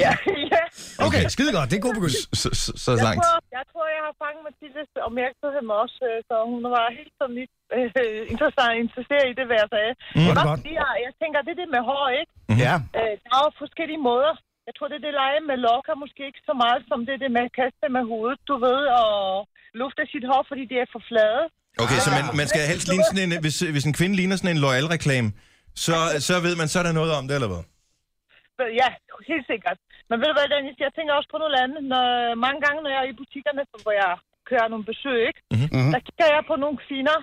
F: Ja, ja.
B: Okay, skide godt. Det er en god begyndelse.
A: Så, så, så
F: Jeg
A: langt.
F: tror, jeg tror, jeg har fanget Mathildes opmærksomhed med os, øh, så hun var helt som nyt øh, interesseret interesseret i det, hvad jeg sagde.
B: Mm. Hvor er det
F: Det var
B: godt.
F: fordi, jeg, jeg tænker, det er det med hår, ikke?
B: Ja.
F: Øh, der er jo forskellige måder. Jeg tror, det er det leje med lokker, måske ikke så meget som det, det med at kaste med hovedet, du ved, og lufte sit hår, fordi det er for flade.
A: Okay, så man, man skal helst ligne sådan en... Hvis, hvis en kvinde ligner sådan en L'Oreal-reklame, så, så ved man, så er der noget om det, eller hvad?
F: Øh, Ja, helt sikkert. Men ved du hvad, Dennis, jeg tænker også på noget andet. Når, mange gange, når jeg er i butikkerne, hvor jeg kører nogle besøg, ikke? Mm-hmm. der kigger jeg på nogle kvinder,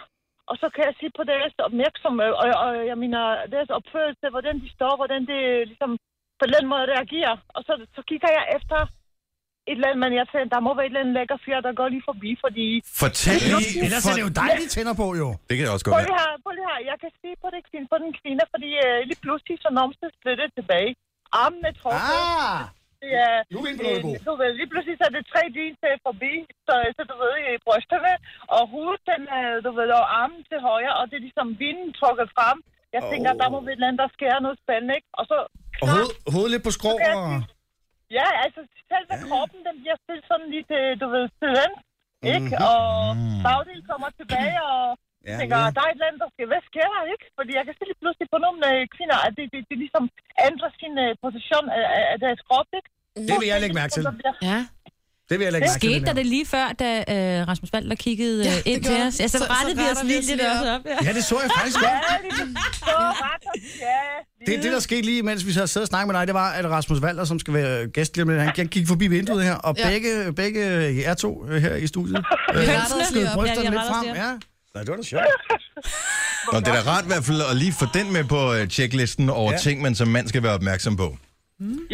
F: og så kan jeg sige på deres opmærksomhed, og, og jeg mener, deres opførelse, hvordan de står, hvordan det øh, ligesom på den måde reagerer. Og så, så kigger jeg efter et eller andet, men jeg tænker, der må være et eller andet lækker fyr, der går lige forbi, fordi...
A: Fortæl lige...
B: Ellers er det jo dig, de tænder på, jo.
A: Det kan også godt
F: Prøv
A: være.
F: lige her, prøv lige her. Jeg kan se på, det kvinde, på den kvinde, fordi øh, lige pludselig så nomses det tilbage. Armen er trukket.
B: Ah!
F: Det er,
B: Nu er vi inde på noget, Bo.
F: øh, du ved, lige pludselig så er det tre jeans til forbi, så, så du ved, i brysterne, og hovedet, den, er, du ved, og armen til højre, og det er ligesom vinden trukket frem. Jeg tænker, der må være et eller andet, der sker noget spændende, ikke? Og så...
B: Og hoved, hovedet lidt på skrå og...
F: Ja, altså, selve kroppen, den bliver stillet sådan lidt, øh, du ved, til den, ikke? Og bagdelen kommer tilbage, og
B: Mhm. Mm. Ja,
F: ja, tænker,
B: ja.
F: der er et eller andet, der sker. Hvad sker der, ikke? Fordi jeg kan se lige pludselig på nogle øh, kvinder, at det, det, det ligesom ændrer sin øh, position af, af, af deres krop, ikke?
B: Det vil jeg lægge mærke til.
F: Så bliver
C: Ja.
B: Det vil jeg lægge mærke til.
C: Skete
B: det
C: der
B: der.
C: det lige før, da øh, Rasmus Balder kiggede øh,
D: Ja, det
C: ind til
D: gjorde
C: os?
D: han.
C: Ja, så
D: Så- så
C: rettede vi os
D: retter vi
C: lige
D: os
C: lidt
D: lige
C: også
D: op.
C: op. Ja.
B: Ja, det så jeg faktisk godt.
F: Ja, det er ret, ja.
B: Det er det, der skete lige, mens vi så sad og snakket med dig. Det var, at Rasmus Valder, som skal være gæst lige om lidt, han han gik forbi vinduet her, og
D: Ja.
B: begge, begge jer to øh, her i studiet. øh,
D: retter os
B: skød
D: lige op.
B: brysterne
C: Ja, jeg
B: lidt
C: retter os
B: frem.
C: lige
B: Ja. Nej, det var da sjovt.
A: Nå, det er da rart i hvert fald at lige få den med på øh, checklisten over
B: Ja.
A: ja. ting, man som mand skal være opmærksom på.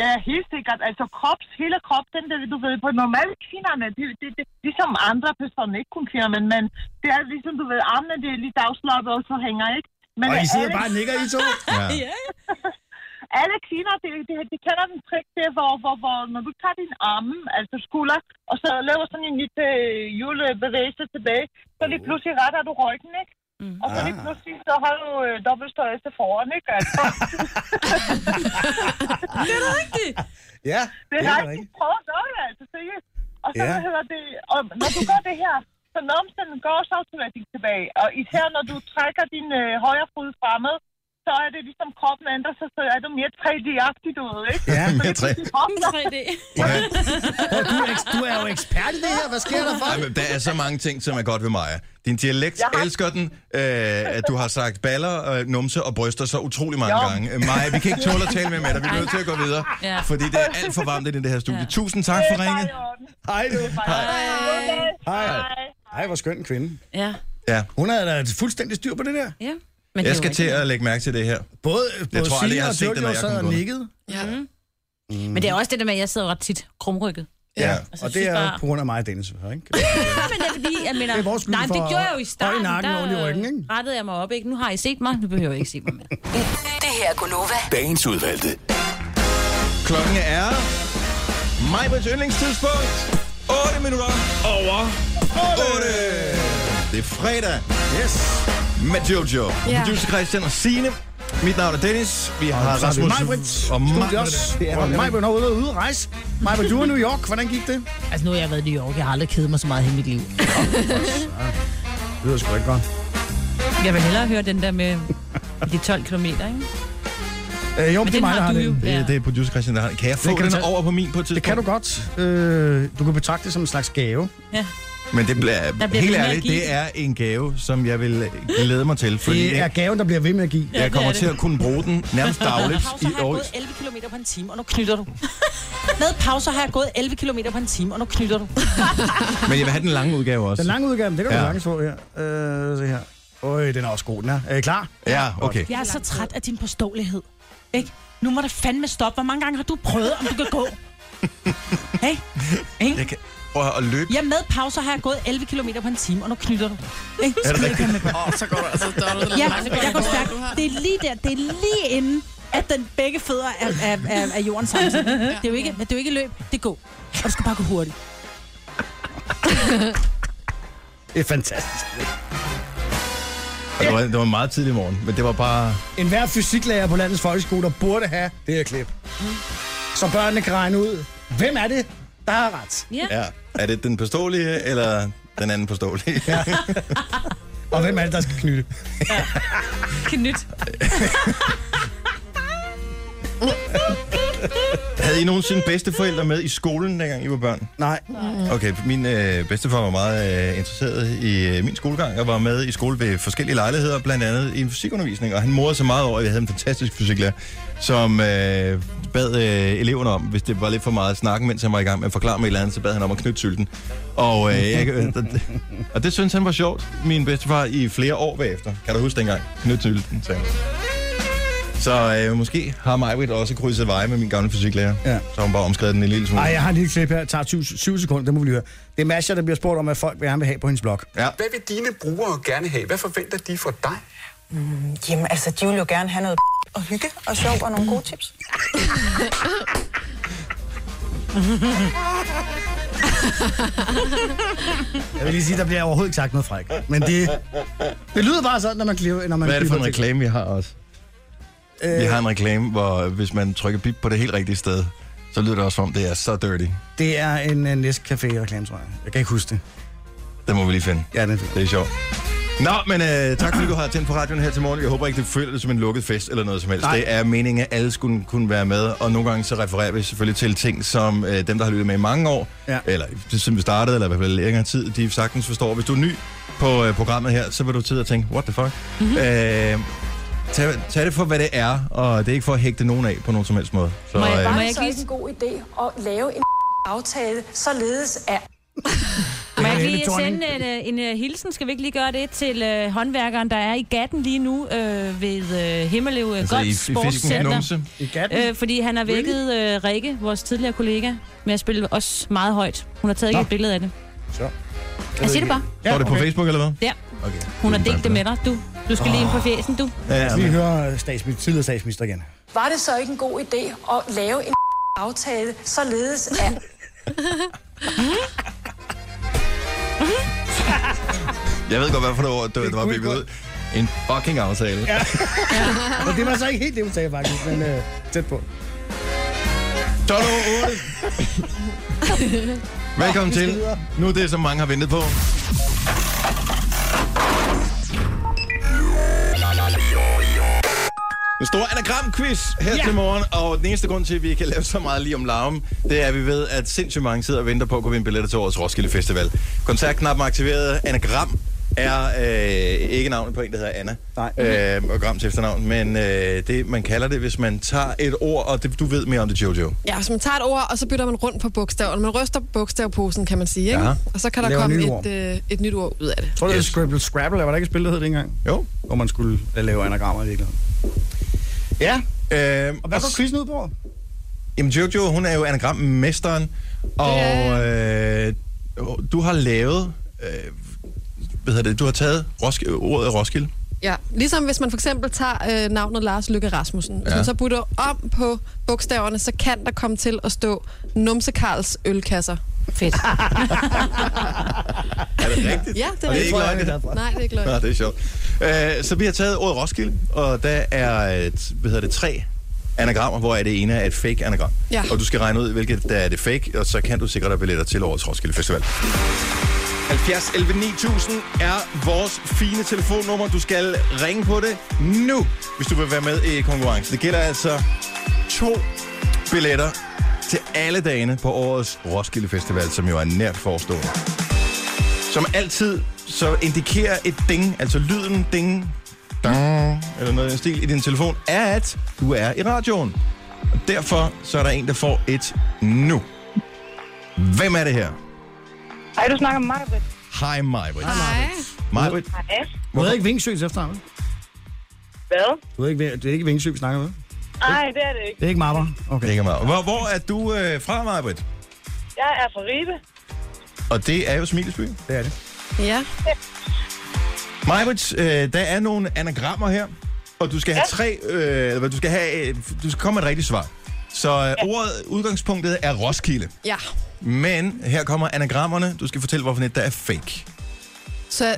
F: Ja, helt sikkert. Altså krops, hele kroppen, den der, du ved, på normalt kvinderne, det, det, det, ligesom andre personer, ikke kun kvinder, men, men det er ligesom, du ved, armene, det er lidt afslappet, og så hænger, ikke? Men
B: Og I sidder
F: alle,
B: bare og nikker, I to.
A: Ja.
F: alle kvinder, det, det, det kender den trick, det er, hvor, hvor, hvor, når du tager din arme, altså skulder, og så laver sådan en lille øh, julebevægelse tilbage, så lige pludselig retter du ryggen, ikke? Mm. Og så lige pludselig, så har du øh, dobbeltstørrelse foran, ikke? Altså,
B: Ja,
F: Det er
B: da
F: rigtigt. Prøv at gøre det, altså seriøst. Og så
B: Ja.
F: ja. hedder det, og når du gør det her, så nomsen går så automatisk tilbage. Og især når du trækker din øh, højre fod fremad, så er det ligesom kroppen ændrer sig, så er du mere 3D-agtig, du ved, ikke?
B: Ja,
F: Så
A: mere
F: lige pludselig kroppen, der-
C: 3D.
A: Ja.
B: Og du, er eks- du er jo ekspert i det her. Hvad sker der for?
A: Ej, men der er så mange ting, som er godt ved Maja. Din dialekt,
F: Jeg
A: har...
F: har-
A: elsker den. Øh, at du har sagt baller, øh, numse og bryster så utrolig mange
F: Jo.
A: gange. Øh, Maja, vi kan ikke tåle at tale mere med dig. Vi er nødt til at gå videre,
C: Ja.
A: ja. fordi det er alt for varmt i det her studie. Ja.
C: Ja.
A: Tusind tak
F: det
A: for
F: er bare
A: ringet.
F: i orden.
B: Hej du.
F: Okay.
B: Hej.
F: Hej.
B: Hej, hvor skøn en kvinde.
C: Ja.
A: Ja.
B: Hun havde da fuldstændig styr på det der.
C: ja. Men det er
A: Jeg skal
C: jo
A: til
C: rigtigt.
A: at lægge mærke til det her.
B: Både, både
A: tror aldrig, jeg
B: Signe
A: har
B: og
A: set det, når
B: Jojo
A: jeg
B: sad
A: kom
B: og
A: gående.
B: nikkede.
D: Ja.
C: Men det er også det der med, at jeg sidder ret tit krumrykket.
A: Ja. ja.
C: Altså,
B: Og
C: jeg
B: det
C: synes
B: er
C: bare-
B: på grund af mig og Dennis. her, Ikke?
C: Ja, men det er fordi, jeg mener...
B: Det er vores skyld
C: nej, men det
B: for
C: gjorde jeg jo i
B: at
C: starten.
B: holde nakken oven i
C: der øh,
B: ryggen, ikke?
C: rettede jeg mig op, ikke? Nu har I set mig, nu behøver jeg ikke se mig mere.
H: Det her er Gunova.
J: Dagens udvalgte.
A: Klokken er... Majbrits yndlingstidspunkt. 8 minutter over 8. Det er fredag.
B: Yes.
A: med Jojo.
D: Ja.
A: Ja. Producer Christian og Signe. Mit navn er Dennis. Vi har
B: Og så er
A: Rasmus
B: det Majbrit.
A: og
B: Studiet
A: Markus.
B: også. Og Majbrit har været ude at rejse. Majbrit, du er i New York. Hvordan gik det?
I: Altså, nu har jeg været i New York. Jeg har aldrig kedet mig så meget i hele mit liv.
B: Det lyder sgu ikke godt.
C: Jeg vil hellere høre den der med de 12 km, ikke?
B: Øh, jo,
C: Men
B: det er
C: den
B: mig, der
C: har
B: har
C: du
B: det.
C: jo. Ja.
A: Det, det er producer Christian, der har. Kan jeg få
B: Det
A: det
B: kan
A: kan den
B: du tage.
A: over på min på et tidspunkt?
B: Det kan du godt. Øh, du kan betragte det som en slags gave.
A: Men det bliver,
C: bliver ved
A: helt
C: med at
A: ærligt,
C: give
A: det er en gave, som jeg vil glæde mig til. Fordi
B: Det er
A: jeg,
B: gaven, der bliver ved med at give.
A: jeg kommer til at kunne bruge den nærmest dagligt i år.
K: 11 km på en time, og nu knytter du.
I: Med pauser har jeg gået 11 km på en time, og nu knytter du.
A: Men jeg vil have den lange udgave også.
B: Den lange udgave, det kan du
A: Ja.
B: sagtens få her. Øh, se her. Øj, den er også god, den er. Er I klar?
A: Ja, okay.
I: Jeg er så træt af din påståelighed. Ikke? Nu må det fandme stoppe. Hvor mange gange har du prøvet, om du kan gå? Hey? Ikke?
A: Jeg kan... Prøv at høre, at løbe.
I: Jeg med pauser har jeg gået 11 km på en time, og nu knytter du. Ikke?
A: Er det
I: Skal jeg
A: rigtigt?
I: komme med på?
D: Åh, så går du altså dårligt.
I: Ja, jeg går stærkt. Det er lige der, det er lige inden, at den begge fødder er, er, er, er jorden samtidig. Det er, jo ikke, det er jo ikke løb, det er gå. Og du skal bare gå hurtigt.
B: Det er fantastisk.
A: Og Det var, det var meget tidlig morgen, men det var bare...
B: En hver fysiklærer på landets folkeskoler burde have det her klip. Så børnene kan regne ud, hvem er det, der har ret?
A: Ja. Er det den påståelige, eller den anden påståelige?
B: Og hvem er det, der skal knytte?
C: Knyt.
A: Havde I nogensinde bedsteforældre med i skolen, dengang I var børn?
B: Nej.
A: Okay, min øh, bedstefar var meget øh, interesseret i øh, min skolegang, og var med i skole ved forskellige lejligheder, blandt andet i fysikundervisning, og han morede sig meget over, at jeg havde en fantastisk fysiklærer, som øh, bad øh, eleverne om, hvis det var lidt for meget snakken, mens han var i gang med at forklare mig et eller andet, så bad han om at knytte sylten. Og, øh, jeg, øh, d- og det synes han var sjovt, min bedstefar, i flere år bagefter. Kan du huske dengang? Knytte sylten, sagde han. Så øh, måske har Majwit også krydset veje med min gamle fysiklærer,
B: Ja.
A: så hun bare omskrevet den en lille smule.
B: Ej, jeg har en lille klip her. Det tager 20, 20 sekunder, det må vi lige høre. Det er Masha, der bliver spurgt om, hvad folk gerne vil have på hendes blog.
A: Ja.
K: Hvad vil dine brugere gerne have? Hvad forventer de fra dig?
L: Jamen, altså, de vil jo gerne have noget og hygge og sjov og nogle gode tips.
B: Jeg vil lige sige, der bliver overhovedet ikke sagt noget fræk. Men det, det lyder bare sådan, når man kliver, når man
A: Hvad er det for en
B: klipper ting.
A: reklame, vi har også? Øh... Vi har en reklame, hvor hvis man trykker bip på det helt rigtige sted, så lyder det også som om, det er så dirty.
B: Det er en, en Nescafé-reklame, tror jeg. Jeg kan ikke huske det.
A: Det må vi lige finde.
B: Ja, den er fin.
A: Det er sjovt. Nå, men øh, tak fordi du har tændt på radioen her til morgen. Jeg håber ikke, det føler det som en lukket fest eller noget som helst.
B: Nej.
A: Det er meningen, at alle skulle kunne være med. Og nogle gange så refererer vi selvfølgelig til ting, som øh, dem, der har lyttet med i mange år,
B: Ja.
A: eller siden vi startede, eller i hvert fald længere tid, de sagtens forstår. Hvis du er ny på øh, programmet her, så vil du tid at tænke, what the fuck? Mm-hmm. Øh, tag, tag det for, hvad det er, og det er ikke for at hægte nogen af på nogen som helst måde. Så,
C: Må jeg bare-
A: øh,
C: Må jeg ikke lige-
M: en god idé at lave en aftale, således at...
C: Må jeg
B: Helle
C: lige
B: Thorning.
C: sende en, øh, en, en hilsen? Skal vi ikke lige gøre det til øh, håndværkeren, der er i gatten lige nu øh, ved øh, Himmelev øh,
A: altså,
C: Golf
A: i, i fisken numse.
C: Sportscenter?
B: I gatten?
C: Øh, fordi han har vækket øh, Rikke, vores tidligere kollega, med at spille også meget højt. Hun har taget ikke
B: Nå.
C: et billede af det.
B: Så.
C: Jeg siger det bare.
A: Ja, Står det på Facebook, eller hvad?
C: Ja.
A: Okay.
C: Hun har delt det med dig, du. Du skal lige ind
A: Ah.
C: på fjesen, du.
A: Ja,
B: Vi
A: men,
B: hører statsminister, tidligere statsminister igen.
M: Var det så ikke en god idé at lave en aftale, således at...
A: jeg ved godt, hvad for det ord, det, det var
B: kunne
A: blevet
B: godt.
A: ud. En fucking aftale. Ja.
B: Men det var så ikke helt det, hun sagde faktisk, men øh, tæt på.
A: 12 over 8. Velkommen
B: Nå, vi skal
A: til.
B: videre.
A: Nu er det, som mange har ventet på. En stor anagram-quiz her ja. til morgen, og den eneste grund til, at vi kan lave så meget lige om larm, det er, at vi ved, at sindssygt mange sidder og venter på at kunne vinde billetter til årets Roskilde Festival. Kontaktknappen er aktiveret. Anagram er øh, ikke navnet på en, der hedder Anna.
B: Nej.
A: Øh, og Grams efternavn, men øh, det, man kalder det, hvis man tager et ord, og det, du ved mere om det, Jojo.
D: Ja, så man tager et ord, og så bytter man rundt på bogstaver. Man ryster bogstavposen, kan man sige, ikke?
A: Ja.
D: Og så kan der
B: Laver
D: komme
B: nye
D: et,
B: ord.
D: øh, et nyt ord ud af det.
B: Tror du, det er
A: Yes.
B: Scribble Scrabble? Var der ikke et spil, der hed det engang?
A: Jo.
B: Hvor man skulle øh, lave anagrammer i virkeligheden. Ja,
A: Øhm,
B: og hvad går
A: s-
B: quizzen ud på?
A: Jamen Jojo, hun er jo anagrammesteren, og øh, du har lavet, øh, hvad hedder det, du har taget Rosk- ordet Roskilde.
D: Ja, ligesom hvis man for eksempel tager øh, navnet Lars Lykke Rasmussen. Hvis
A: Ja.
D: man så putter om på bogstaverne, så kan der komme til at stå Numse Karls ølkasser.
C: Fedt.
A: Er det rigtigt?
D: Ja, det er
A: og det er
D: rigtigt.
A: ikke
B: jeg,
A: løgn.
B: det er derfra.
D: Nej, det er ikke løgn.
A: Nå, det er sjovt. Øh, så vi har taget ordet Roskilde, og der er et, hvad hedder det, tre anagrammer, hvor er det ene er et fake anagram.
D: Ja.
A: Og du skal regne ud, hvilket der er det fake, og så kan du sikre dig billetter til årets Roskilde Festival. 70 11 9000 er vores fine telefonnummer. Du skal ringe på det nu, hvis du vil være med i konkurrencen. Det gælder altså to billetter til alle dagene på årets Roskilde Festival, som jo er nært forestående. Som altid, så indikerer et ding, altså lyden ding, dang, eller noget i den stil i din telefon, er, at du er i radioen. Og Derfor så er der en, der får et nu. Hvem er det her?
F: Ej, du snakker med mig, Britt.
A: Hej, Majbrit.
F: Hej.
A: Majbrit,
F: Hej.
B: Du hedder ikke Vingsøs efternavn?
F: Hvad?
B: Du hedder ikke, det er ikke Vingsø, vi snakker med?
F: Nej, det er det ikke.
B: Det er ikke Marber? Okay.
A: Det er ikke meget. Hvor, hvor er du øh, fra, Majbrit?
F: Jeg er fra Ribe.
A: Og det er jo Smilesby. Det
B: er det.
D: Ja.
A: Majbrit, øh, der er nogle anagrammer her, og du skal have tre, øh, eller hvad, du skal have, øh, du skal komme med et rigtigt svar. Så øh, ordet, udgangspunktet er Roskilde.
D: Ja.
A: Men her kommer anagrammerne. Du skal fortælle, hvorfor net der er fake.
D: Så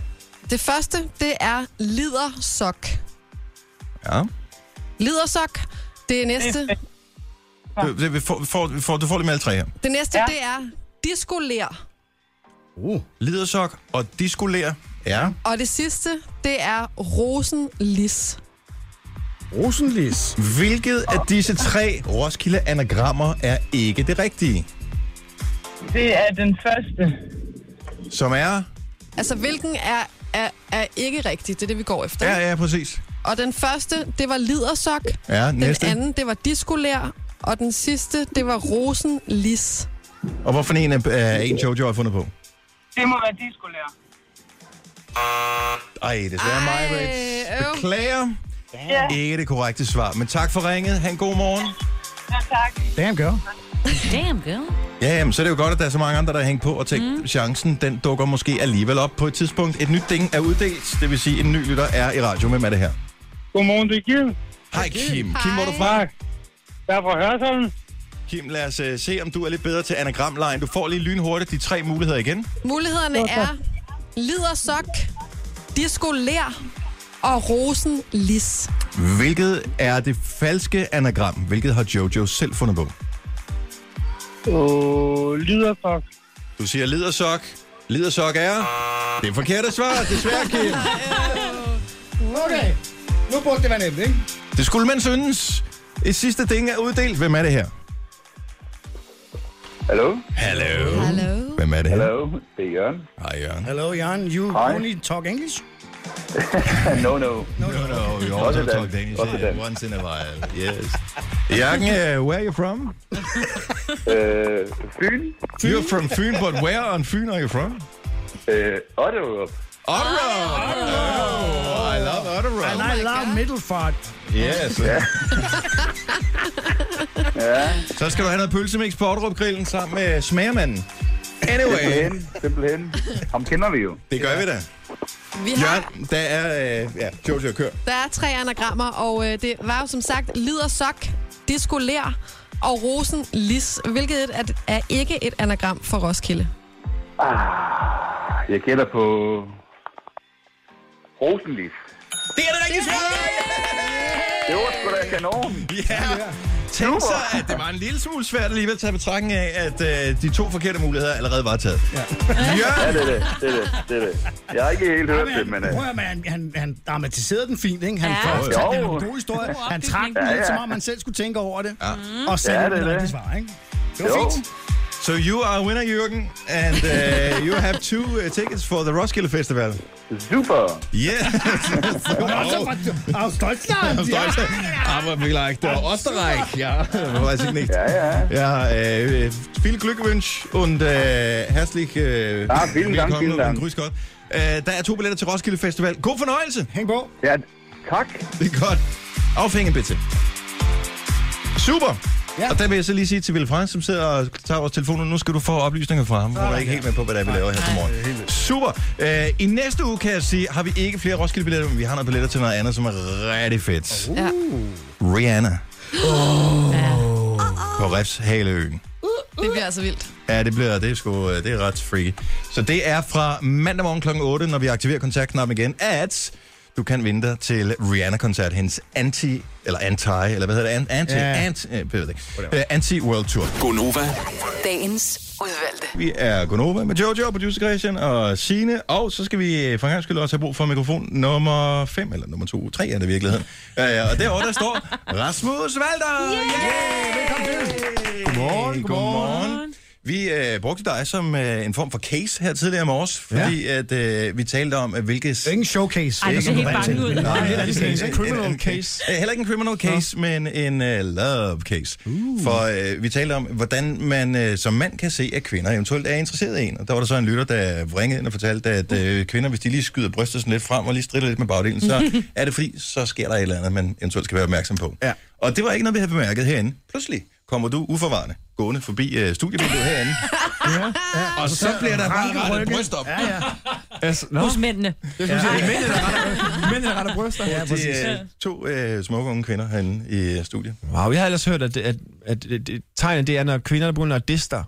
D: det første, det er lidersok.
A: Ja.
D: Lidersok. Det næste,
A: Du, det, vi får, vi får, vi får, du får lige med alle tre her.
D: det næste ja. det er diskolær.
A: Uh. Lidersok og diskolær. Ja.
D: Og det sidste, det er rosenlis.
B: Rosenlis.
A: Hvilket af disse tre Roskilde-anagrammer er ikke det rigtige?
F: Det er den første.
A: Som er...
D: Altså, hvilken er, er, er ikke rigtig? Det er det, vi går efter.
A: Ja, ja, præcis.
D: Og den første, det var lidersok.
A: Ja,
D: den
A: næste.
D: anden, det var diskolær. Og den sidste, det var rosenlis.
A: Og hvorfor en er, er en Jojo har fundet på?
F: Det må være diskolær.
A: Ej, desværre mig,
F: øv.
A: Beklager.
F: Ja.
A: Ikke det korrekte svar, men tak for ringet. Han god morgen.
F: ja, tak.
B: Damn girl.
C: Damn girl.
A: Ja, jamen, så er det jo godt, at der er så mange andre, der har hængt på og tænkt, mm. chancen den dukker måske alligevel op på et tidspunkt. Et nyt ding er uddelt, det vil sige, en ny lytter er i radio. Hvem er det her?
F: Godmorgen, det er Kim.
A: Hej Kim. Kim, hvor er du fra?
F: Jeg er fra Hørsholm.
A: Kim, lad os uh, se, om du er lidt bedre til anagramlejen. Du får lige lynhurtigt de tre muligheder igen.
D: Mulighederne er lidersok, diskolær og rosenlis.
A: Hvilket er det falske anagram, hvilket har Jojo selv fundet på?
F: Og lidersok.
A: Du siger lidersok. Lidersok er... Det er forkerte svar, desværre, Kim.
B: Okay. Nu burde det være nemt, ikke?
A: Det skulle man synes. Et sidste ding er uddelt. Hvem er det her?
N: Hallo?
A: Hallo.
D: Hallo.
A: Hvem er det her?
N: Hallo, det er Jørgen.
A: Hej, Jørgen.
B: Hello, Jan. You
N: Hej.
B: only talk English?
N: no, no.
A: No, no, you also talk Danish yeah, once in a while. Yes. Jørgen, uh, where are you from?
N: Øh, Fyn.
A: You're from Fyn, but where on Fyn are you from?
N: Øh, Otterup.
A: Otterup! Oh, I love Otterup.
B: And I love middle fart.
A: Yes. Ja.
N: ja.
A: Så skal du have noget pølsemix på Otterup-grillen sammen med smagermanden. Anyway.
N: Simpelthen, simpelthen. Ham kender vi jo.
A: Det gør vi da.
D: Vi har,
A: Jørgen, der er... Øh, ja, Jojo, kør.
D: der er tre anagrammer, og øh, det var jo som sagt lidersok, diskolær og rosenlis, hvilket et er, er ikke et anagram for Roskilde.
N: Ah, Jeg gætter på... Rosenlis.
A: Det er det rigtige svar!
N: Det var sgu da kanon.
A: Ja! Tænk så, at det var en lille smule svært alligevel at tage betragtning af, at øh, de to forkerte muligheder allerede var taget. Ja.
N: Ja,
A: Jørgen,
N: det er det. Det er det. det, er det. Jeg har ikke helt hørt det, men... øh,
B: Prøv at man, han, han, han dramatiserede den fint, ikke? Han
C: Ja.
B: ja. fortalte den
N: Jo.
B: en god historie.
C: God
B: Han trak den
N: opbygning.
B: lidt,
N: Ja,
B: som
N: ja.
B: om man selv skulle tænke over det.
A: Ja.
B: Og sagde
N: Ja,
B: ja,
N: det er
B: det,
N: det.
B: det. svar, ikke? Det var
N: Jo.
B: fint.
A: so you are a winner, Jørgen, and uh, you have two uh, tickets for the Roskilde Festival.
N: Super.
A: Yes!
B: Du var også fra aus Deutschland.
A: Aus
B: ja.
A: Deutschland. Aber vielleicht der Österreich, ja. Weiß ich nicht.
N: Ja, ja.
A: Ja, äh, viel Glückwunsch und äh, herzlich äh,
N: Ah, vielen Dank,
A: willkommen
N: vielen Dank.
A: und grüß Gott. Äh, der er to billetter til Roskilde Festival. God fornøjelse.
B: Hæng på.
N: Ja, tak.
A: Det er godt. Afhængen, bitte. Super.
B: Ja.
A: Ja. Og der vil jeg så lige sige til Ville Frans, som sidder og tager vores telefon, nu skal du få oplysninger fra ham, hvor jeg er ikke helt med på, hvad det er, vi laver her til morgen. Super. Øh, I næste uge, kan jeg sige, har vi ikke flere Roskilde-billetter, men vi har nogle billetter til noget andet, som er rigtig fedt.
D: Ja.
A: Rihanna. Oh. På Refshaleøen.
D: Det bliver altså vildt.
A: Ja, det bliver det er sgu, øh, det er ret freaky. Så det er fra mandag morgen kl. 8, når vi aktiverer kontaktknappen igen, at du kan vinde dig til Rihanna-koncert, hendes anti, eller anti, eller hvad hedder det, An- anti,
B: Ja.
A: yeah. anti, øh, jeg ved det ikke. Øh, anti-world tour.
J: Gonova.
H: Dagens udvalgte.
A: Vi er Gonova med Jojo, producer Christian og Sine, og så skal vi øh, for en gang skyld også have brug for mikrofon nummer 5, eller nummer 2, 3 er det i virkeligheden. Øh, og derovre der står Rasmus Valder! Yeah!
B: Velkommen til.
A: Godmorgen. Godmorgen. Vi øh, brugte dig som øh, en form for case her tidligere i morges, fordi ja. at, øh, vi talte om, at hvilke... Det er
B: ingen showcase.
O: Ej, du ser helt bange ud.
A: Nej,
O: Nej,
A: det er
O: det er
A: ikke
O: en
A: en-
O: criminal
A: en- en-
O: case.
A: Øh, Heller ikke en criminal case, ja. men en øh, love case. Uh. For øh, vi talte om, hvordan man øh, som mand kan se, at kvinder eventuelt er interesseret i en. Og der var der så en lytter, der ringede ind og fortalte, at
O: Uh.
A: øh, kvinder, hvis de lige skyder brystet sådan lidt frem og lige strider lidt med bagdelen, så er det fordi, så sker der et eller andet, man eventuelt skal være opmærksom på. Ja. Og det var ikke noget, vi havde bemærket herinde. Pludselig kommer du uforvarende gående forbi øh, studievinduet herinde.
O: Ja.
A: Og så bliver der bare rettet bryst op.
O: Ja, ja.
A: Altså,
C: Hos mændene.
O: Jeg synes, det er mændene, der retter, mændene, der retter bryster.
A: Ja, de, øh, to øh, smukke unge kvinder herinde i øh, studiet.
O: Wow, jeg har ellers hørt, at, at, at, at, at tegnet det er, når kvinderne begynder at diste dig.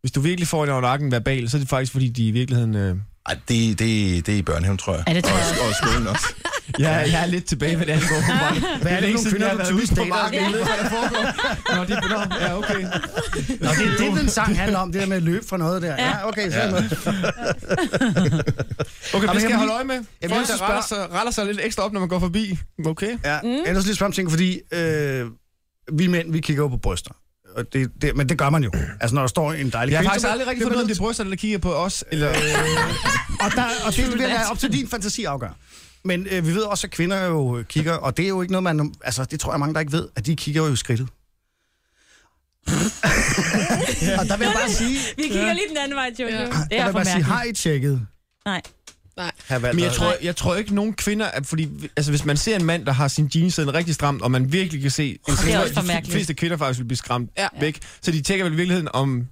O: Hvis du virkelig får det over nakken verbal, så er det faktisk, fordi de i virkeligheden... Øh...
A: Ej, det, det, det er i børnehaven, tror jeg.
C: Ja, det tror jeg.
A: Og, og skolen også.
O: Jeg, jeg er lidt tilbage, hvad det angår. åbenbart.
B: Hvad er det,
O: længe
B: nogle
O: siden,
B: kvinder,
O: jeg har
B: du
O: været ude på
B: tusind dater?
O: marken, jeg ved, hvad der foregår. Nå, det er Ja, okay.
B: Nå, det er det, den sang handler om, det der med at løbe fra noget der. Ja, okay, så
O: Ja.
B: ja. Med.
O: Okay,
B: Jamen,
O: det skal jeg
B: jeg
O: holde
B: lige-
O: øje med.
B: jeg
O: Folk,
B: vil
O: der
B: spørge-
O: retter sig, retter sig lidt ekstra op, når man går forbi. Okay.
B: Ja, mm. ellers lige spørge om ting, fordi øh, vi mænd, vi kigger jo på bryster. Og det, det, men det gør man jo. Altså, når der står en dejlig
O: Jeg har
B: kvinde,
O: faktisk
B: så-
O: aldrig rigtig
B: så-
O: fundet ud af, om det er brysterne, der kigger på os. Eller,
B: og, Øh, der, og det, er jo det der er op til din fantasi at afgøre. Men øh, vi ved også, at kvinder jo øh, kigger, og det er jo ikke noget, man... Altså, det tror jeg mange, der ikke ved, at de kigger jo i skridtet. og der vil jeg bare sige...
C: Vi kigger lige den anden vej, Jojo. Ja. Det
B: Jeg
C: er
B: vil
C: for
B: bare sige,
C: mærkeligt.
B: har I tjekket?
C: Nej. Nej.
O: Men jeg tror, jeg tror ikke, nogen kvinder... Er, fordi altså, hvis man ser en mand, der har sin jeans siddende rigtig stramt, og man virkelig kan se...
C: Det er
O: så tror
C: også for
O: jeg, de
C: mærkeligt.
O: fleste kvinder faktisk vil blive skræmt Mm. ja. væk. Så de tænker vel i virkeligheden om...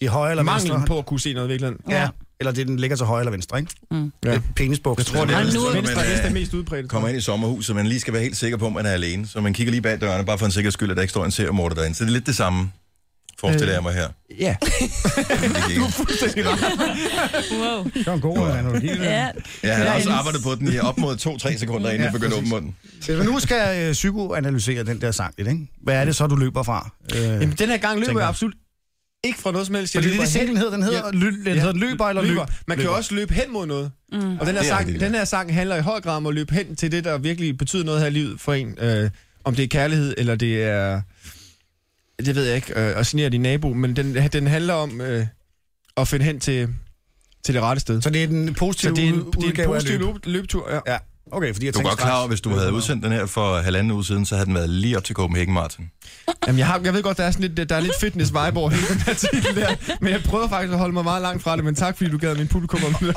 B: De høje eller
O: manglen
B: venstre?
O: på at kunne se noget i virkeligheden.
B: Ja. Eller det, den ligger til højre eller venstre, ikke?
C: Mm.
O: Ja.
B: Penisbuks.
A: Jeg tror, det er venstre,
O: nu-
A: når
O: Venstre
A: man,
O: vist er
A: øh,
O: mest udbredt.
A: Kommer ind i sommerhuset, man lige skal være helt sikker på, at man er alene. Så man kigger lige bag dørene, bare for en sikker skyld, at der ikke står en seriemorder derinde. Så det er lidt det samme,
O: Øh.
A: forestiller jeg mig her.
O: Ja.
A: du er
O: fuldstændig
C: wow.
B: Det var en god øh, analogi. det der.
C: Ja.
A: Jeg har også
B: Ja.
A: arbejdet på den i op mod 2-3 sekunder, inden
B: Ja,
A: jeg begyndte at åbne munden.
B: Hvis man nu skal øh, psykoanalysere den der sang lidt, ikke? Hvad er det så, du løber fra? Øh,
O: Jamen, den her gang løber
B: tænker
O: jeg
B: jeg.
O: absolut ikke fra noget som helst.
B: Fordi det er
O: løber
B: det,
O: hen-
B: singlen hed. Den hedder lø- den hedder Løber eller
O: løber.
B: Løb.
O: Man kan jo
B: Løber.
O: også løbe hen mod noget.
C: Mm.
O: Og den her,
B: Det er
O: sang,
B: rigtigt, ja.
O: den her sang handler i høj grad om at løbe hen til det, der virkelig betyder noget her i livet for en. Øh, om det er kærlighed, eller det er... Det ved jeg ikke, øh, at snere din nabo, men den, den handler om øh, at finde hen til, til det rette sted.
B: Så det er den positive
O: det er en,
B: ud-
O: det er en
B: udgave af
O: positiv
B: løb.
O: løb, løbetur, ja.
B: Ja, okay, fordi jeg
A: Du er
B: tænkte
A: godt klar over,
B: straks-
A: hvis du havde udsendt den her for halvanden uge siden, så havde den været lige op til Copenhagen Marathon.
O: Jamen, jeg, har, jeg ved godt, der er, sådan lidt, der er lidt fitness vibe over hele den her titel der, men jeg prøver faktisk at holde mig meget langt fra det, men tak fordi du gav min publikum om det.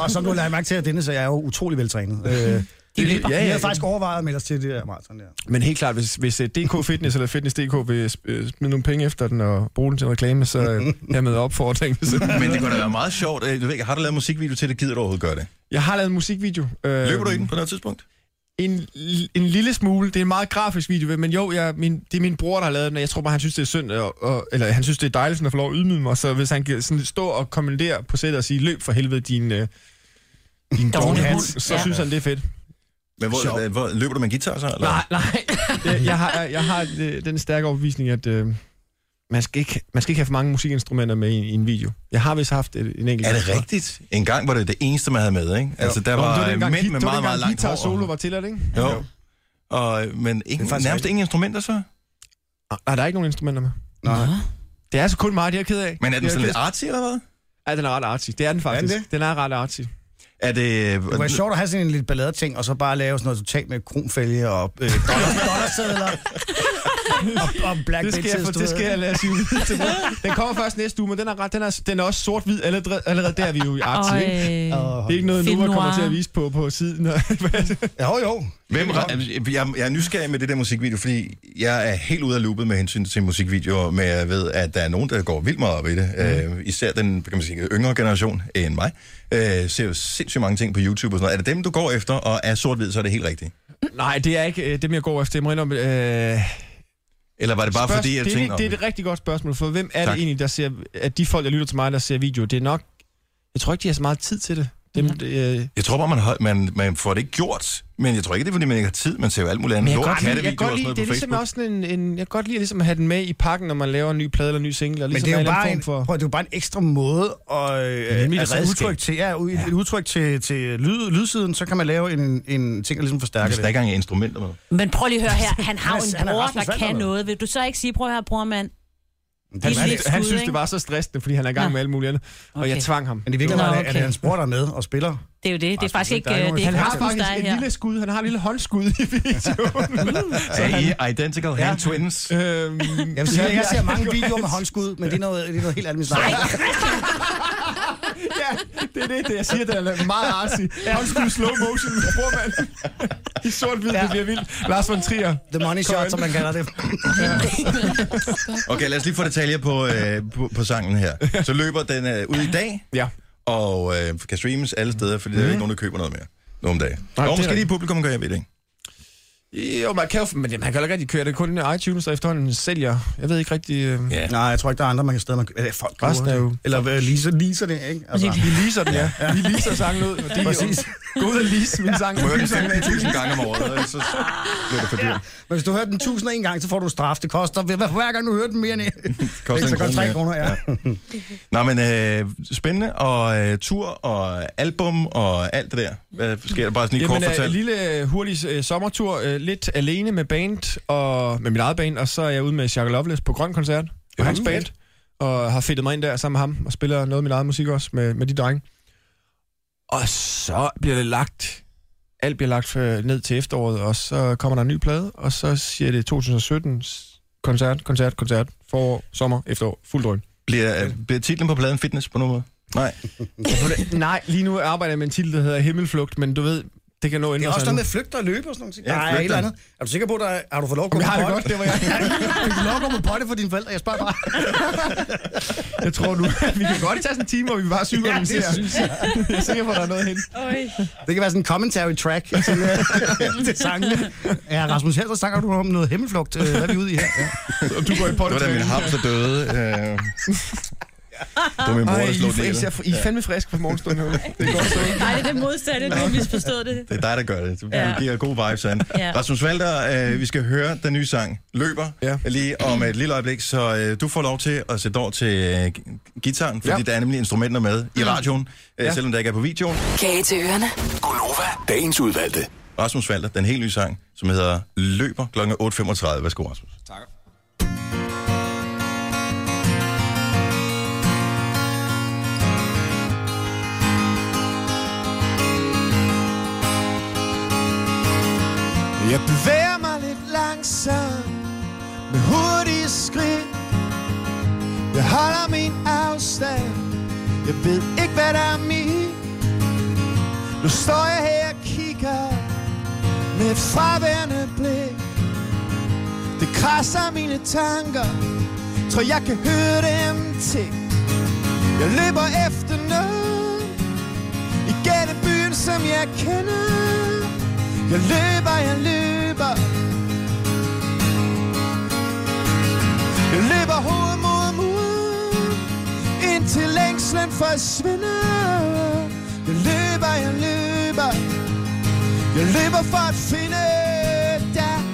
B: Og som du lader mærke til, at denne, så jeg er jo utrolig veltrænet. Øh, det,
O: løber.
B: ja, ja,
O: Ja, ja,
B: jeg
O: ja.
B: havde faktisk overvejet at melde os til det der maraton der.
O: Men helt klart, hvis, hvis øh, DK Fitness eller Fitness.dk vil sp- øh, smide nogle penge efter den og bruge den til en reklame, så øh, hermed opfordring.
A: Men det kunne da være meget sjovt. Øh, Du ved, ikke, har du lavet musikvideo til det? Gider du overhovedet gøre det?
O: Jeg har lavet en musikvideo. Øh,
A: Løber du i den på noget tidspunkt?
O: En, l- en lille smule. Det er en meget grafisk video, men jo, jeg, min, det er min bror, der har lavet den, og jeg tror bare, han synes, det er synd, og, og, eller han synes, det er dejligt, sådan at få lov at ydmyge mig, så hvis han kan sådan stå og kommentere på sættet og sige, løb for helvede din, øh, din
A: Dovne
O: dovne
A: hund."
O: hund, så
A: Ja.
O: synes han, det er fedt.
A: Men hvor,
O: Sjovt.
A: øh, hvor, løber du med en guitar så? Eller?
O: Nej, nej. Jeg, jeg har, jeg har øh, den stærke overbevisning, at øh, man, skal ikke, man skal ikke have for mange musikinstrumenter med i, i en video. Jeg har vist haft et, en enkelt.
A: Er det rigtigt? En gang var det det eneste, man havde med, ikke? Altså, der
O: Jo, men det
A: var,
O: var dengang
A: mænd
O: gui-
A: med
O: det var
A: meget, meget
O: dengang
A: langt
O: guitar
A: hår.
O: solo var tilladt, ikke?
A: Jo. Og, men ingen,
O: faktisk
A: nærmest ingen instrumenter så?
O: Ah, Nej, der er ikke nogen instrumenter med.
B: Nej.
O: Det er altså kun mig, det er jeg ked af.
A: Men er den
O: Det
A: sådan lidt
O: jeg ked af.
A: artsy, eller hvad?
O: Ja, den er ret artsy. Det er den faktisk.
B: Er den
O: den, er ret artsy.
A: Er det...
B: Det var sjovt at have sådan en lidt balladeting, og så bare lave sådan noget totalt med kronfælge og øh, dollar- dollarsedler. og, og black
O: det skal jeg,
B: bitches,
O: for,
B: du
O: det
B: ved.
O: skal jeg lade sige ud til mig. Den kommer først næste uge, men den er, ret, den er, den er også sort-hvid. Allerede, allerede der er vi jo i artsy,
C: Øj.
O: ikke?
C: øh,
O: Det er ikke noget,
C: Film
O: nu kommer
C: noir.
O: til at vise på, på siden.
B: jo, jo.
A: Hvem, jeg, jeg er nysgerrig med det der musikvideo, fordi jeg er helt ude af loopet med hensyn til musikvideoer, men jeg ved, at der er nogen, der går vildt meget op i det. Mm. Øh, især den kan man sige, yngre generation end mig, øh, ser jo sindssygt mange ting på YouTube og sådan noget. Er det dem, du går efter, og er sort-hvid, så er det helt rigtigt?
O: Nej, det er ikke øh, dem, jeg går efter. Jeg må indrømme, øh,
A: Eller var det bare
O: Spørg-
A: fordi, jeg
O: det, er-
A: tænkte...
O: det, det er et rigtig godt spørgsmål, for hvem er
A: Tak.
O: det egentlig, der ser, at de folk, der lytter til mig, der ser video, det er nok, jeg tror ikke, de har så meget tid til det. Dem, mm. øh,
A: Jeg tror bare, man, har, man, man får det ikke gjort, men jeg tror ikke, det er, fordi man ikke har tid. Man ser jo alt muligt andet.
O: Men jeg,
A: Lort,
O: kan godt lide, jeg kan
A: kattevideoer og
O: godt
A: sådan
O: lide,
A: noget på Facebook.
O: det er ligesom også en, en, jeg kan godt lide ligesom at have den med i pakken, når man laver en ny plade eller en ny single. Og
B: Men
O: ligesom
B: det er jo
O: en eller anden
B: bare en,
O: form for...
B: prøv, at det er jo bare en ekstra måde at, øh,
O: nemlig
B: at
O: et redskab.
B: udtryk til, ja, ud- et udtryk til, til lyd, lydsiden, så kan man lave en, en ting, der ligesom forstærker
A: Hvis
B: det.
A: der ikke engang er instrumenter med.
C: Men prøv lige at høre her. Han har jo
B: Han er- han
C: en
B: er
C: bror,
B: Rasmus
C: der
B: Walter,
C: kan
B: eller?
C: noget. Vil du så ikke sige, prøv at høre, bror mand,
O: Det
F: Han,
O: er
F: han,
O: lidt
F: han
O: skud,
F: synes,
O: ikke?
F: det var så stressende, fordi han er i gang
O: Nå.
F: med alt muligt andet. Og
O: Okay.
F: jeg tvang ham.
O: Men i virkeligheden er det- er det hans bror, der er med og spiller.
C: Det er jo det. Det er faktisk ikke... øh, Det er
F: han
C: ikke
F: har
C: Rasmus, der
F: faktisk
C: er
F: et
C: her.
F: lille skud. Han har et lille håndskud i videoen.
A: Er I identical hand twins?
F: Øhm,
O: Jeg vil sige, at jeg ser mange videoer med håndskud, men det er noget, det er noget helt andet, vi snakker. om.
F: ja, det er det, det jeg siger, det er meget artsy. Håndskud slow motion med formand. I sort-hvid, det bliver vildt. Lars von Trier.
O: The money
F: Kom ind.
O: shot, som man kalder det.
A: Okay, lad os lige få detaljer på, øh, på, på sangen her. Så løber den øh, ud i dag,
F: ja. Mhm.
A: og øh, kan streames alle steder, fordi mm. der er jo ikke nogen, der køber noget mere nogle dage.
F: Nej,
A: og
F: det er
A: måske lige
F: rigtigt.
A: publikum gør, jeg ved det ikke.
F: Jo, man kan jo, men man kan jo ikke rigtig køre det. Kun iTunes, der efterhånden sælger. Jeg ved ikke rigtig... Øh...
A: Ja.
O: Nej, jeg tror ikke, der er andre, man kan stadig... Man, eller folk
F: Resten
O: bruger
F: er
O: det.
F: jo-
O: Eller øh, leaser, leaser det, ikke? Altså-
F: Vi leaser den, ja. Vi leaser sangen ud. og det er jo-
O: Præcis.
F: Gå ud og lease min sang.
A: Du hører den 15.000 gange om året, ellers så bliver det for dyrt.
O: Men hvis du hører den 1001 gang, så får du en straf. Det koster, hver- hver gang du hører den mere end det
A: Koster en
O: så
A: krone
O: godt 3
A: mere.
O: kroner, ja.
A: Nå, men øh, spændende, og øh, tur, og album, og alt det der. Hvad sker der bare sådan lige
F: Jamen,
A: kort
F: øh, en
A: fortalt?
F: lille øh, hurtig øh, sommertur, øh, lidt alene med band, og med mit eget band, og så er jeg ude med Shaka Loveless på Grøn Koncert, og hans band, og har fedtet mig ind der sammen med ham, og spiller noget af min eget musik også med, med de drenge. Og så bliver det lagt, alt bliver lagt øh, ned til efteråret, og så kommer der en ny plade, og så siger det 2017 's koncert, koncert, koncert, forår, sommer, efterår, fuld drøn.
A: Bliver, øh, bliver titlen på pladen fitness på nogen måde? Nej.
F: Nej, lige nu arbejder jeg med en titel, der hedder Himmelflugt, men du ved, det kan nå
O: Det
F: ændre
O: er også
F: sig
O: noget
F: nu.
O: med flygter og løbe og sådan noget.
A: Ja,
O: Ja, Nej,
A: flygter.
O: et eller andet. Er du sikker på, at har du fået lov at
F: Om
O: gå
F: jeg
O: på
F: har det
O: potte?
F: godt, det var jeg.
O: Fik du lov at gå på potte for dine forældre? Jeg spørger bare.
F: Jeg tror nu, vi kan godt tage sådan en time, hvor vi bare psykoanalyserer. Ja,
O: synes
F: jeg. jeg er sikker på, at der er noget hen.
O: Det kan være sådan en commentary track til, øh, til sangene. Ja, Rasmus Helder snakker du om noget himmelflugt. Øh, Hvad er vi ude i her? Ja.
F: Og du går i
A: Det var da min
F: pottetræning.
A: hamster døde. Øh, det var min mor,
F: Ej,
A: der
F: I,
A: slog
F: er
A: den ihjel.
F: frisk, I er fandme frisk på morgenstunden. Det er godt så.
C: Nej, det er det modsatte. Du har misforstået det.
A: Det er dig, der gør det. Du
C: Ja.
A: ja. giver gode vibes, an.
C: Ja.
A: Ja. Rasmus Valder, øh, vi skal høre den nye sang, Løber,
F: Ja.
A: ja. lige om et lille øjeblik, så øh, du får lov til at sætte over til øh, gu- gitaren, fordi
F: Ja.
A: ja. der er nemlig instrumenter med i radioen, øh,
F: Ja.
A: ja. selvom der ikke er på videoen.
H: Kage til ørerne.
P: Gunova, dagens udvalgte.
A: Rasmus Valder, den helt nye sang, som hedder Løber kl. 8.35. Værsgo, Rasmus.
B: Jeg bevæger mig lidt langsomt Med hurtige skridt Jeg holder min afstand Jeg ved ikke, hvad der er mit Nu står jeg her og kigger Med et fraværende blik Det krasser mine tanker Tror jeg kan høre dem til Jeg løber efter noget Igen i byen, som jeg kender jeg løber, jeg løber Jeg løber hoved mod mur Indtil længslen forsvinder Jeg løber, jeg løber Jeg løber for at finde dig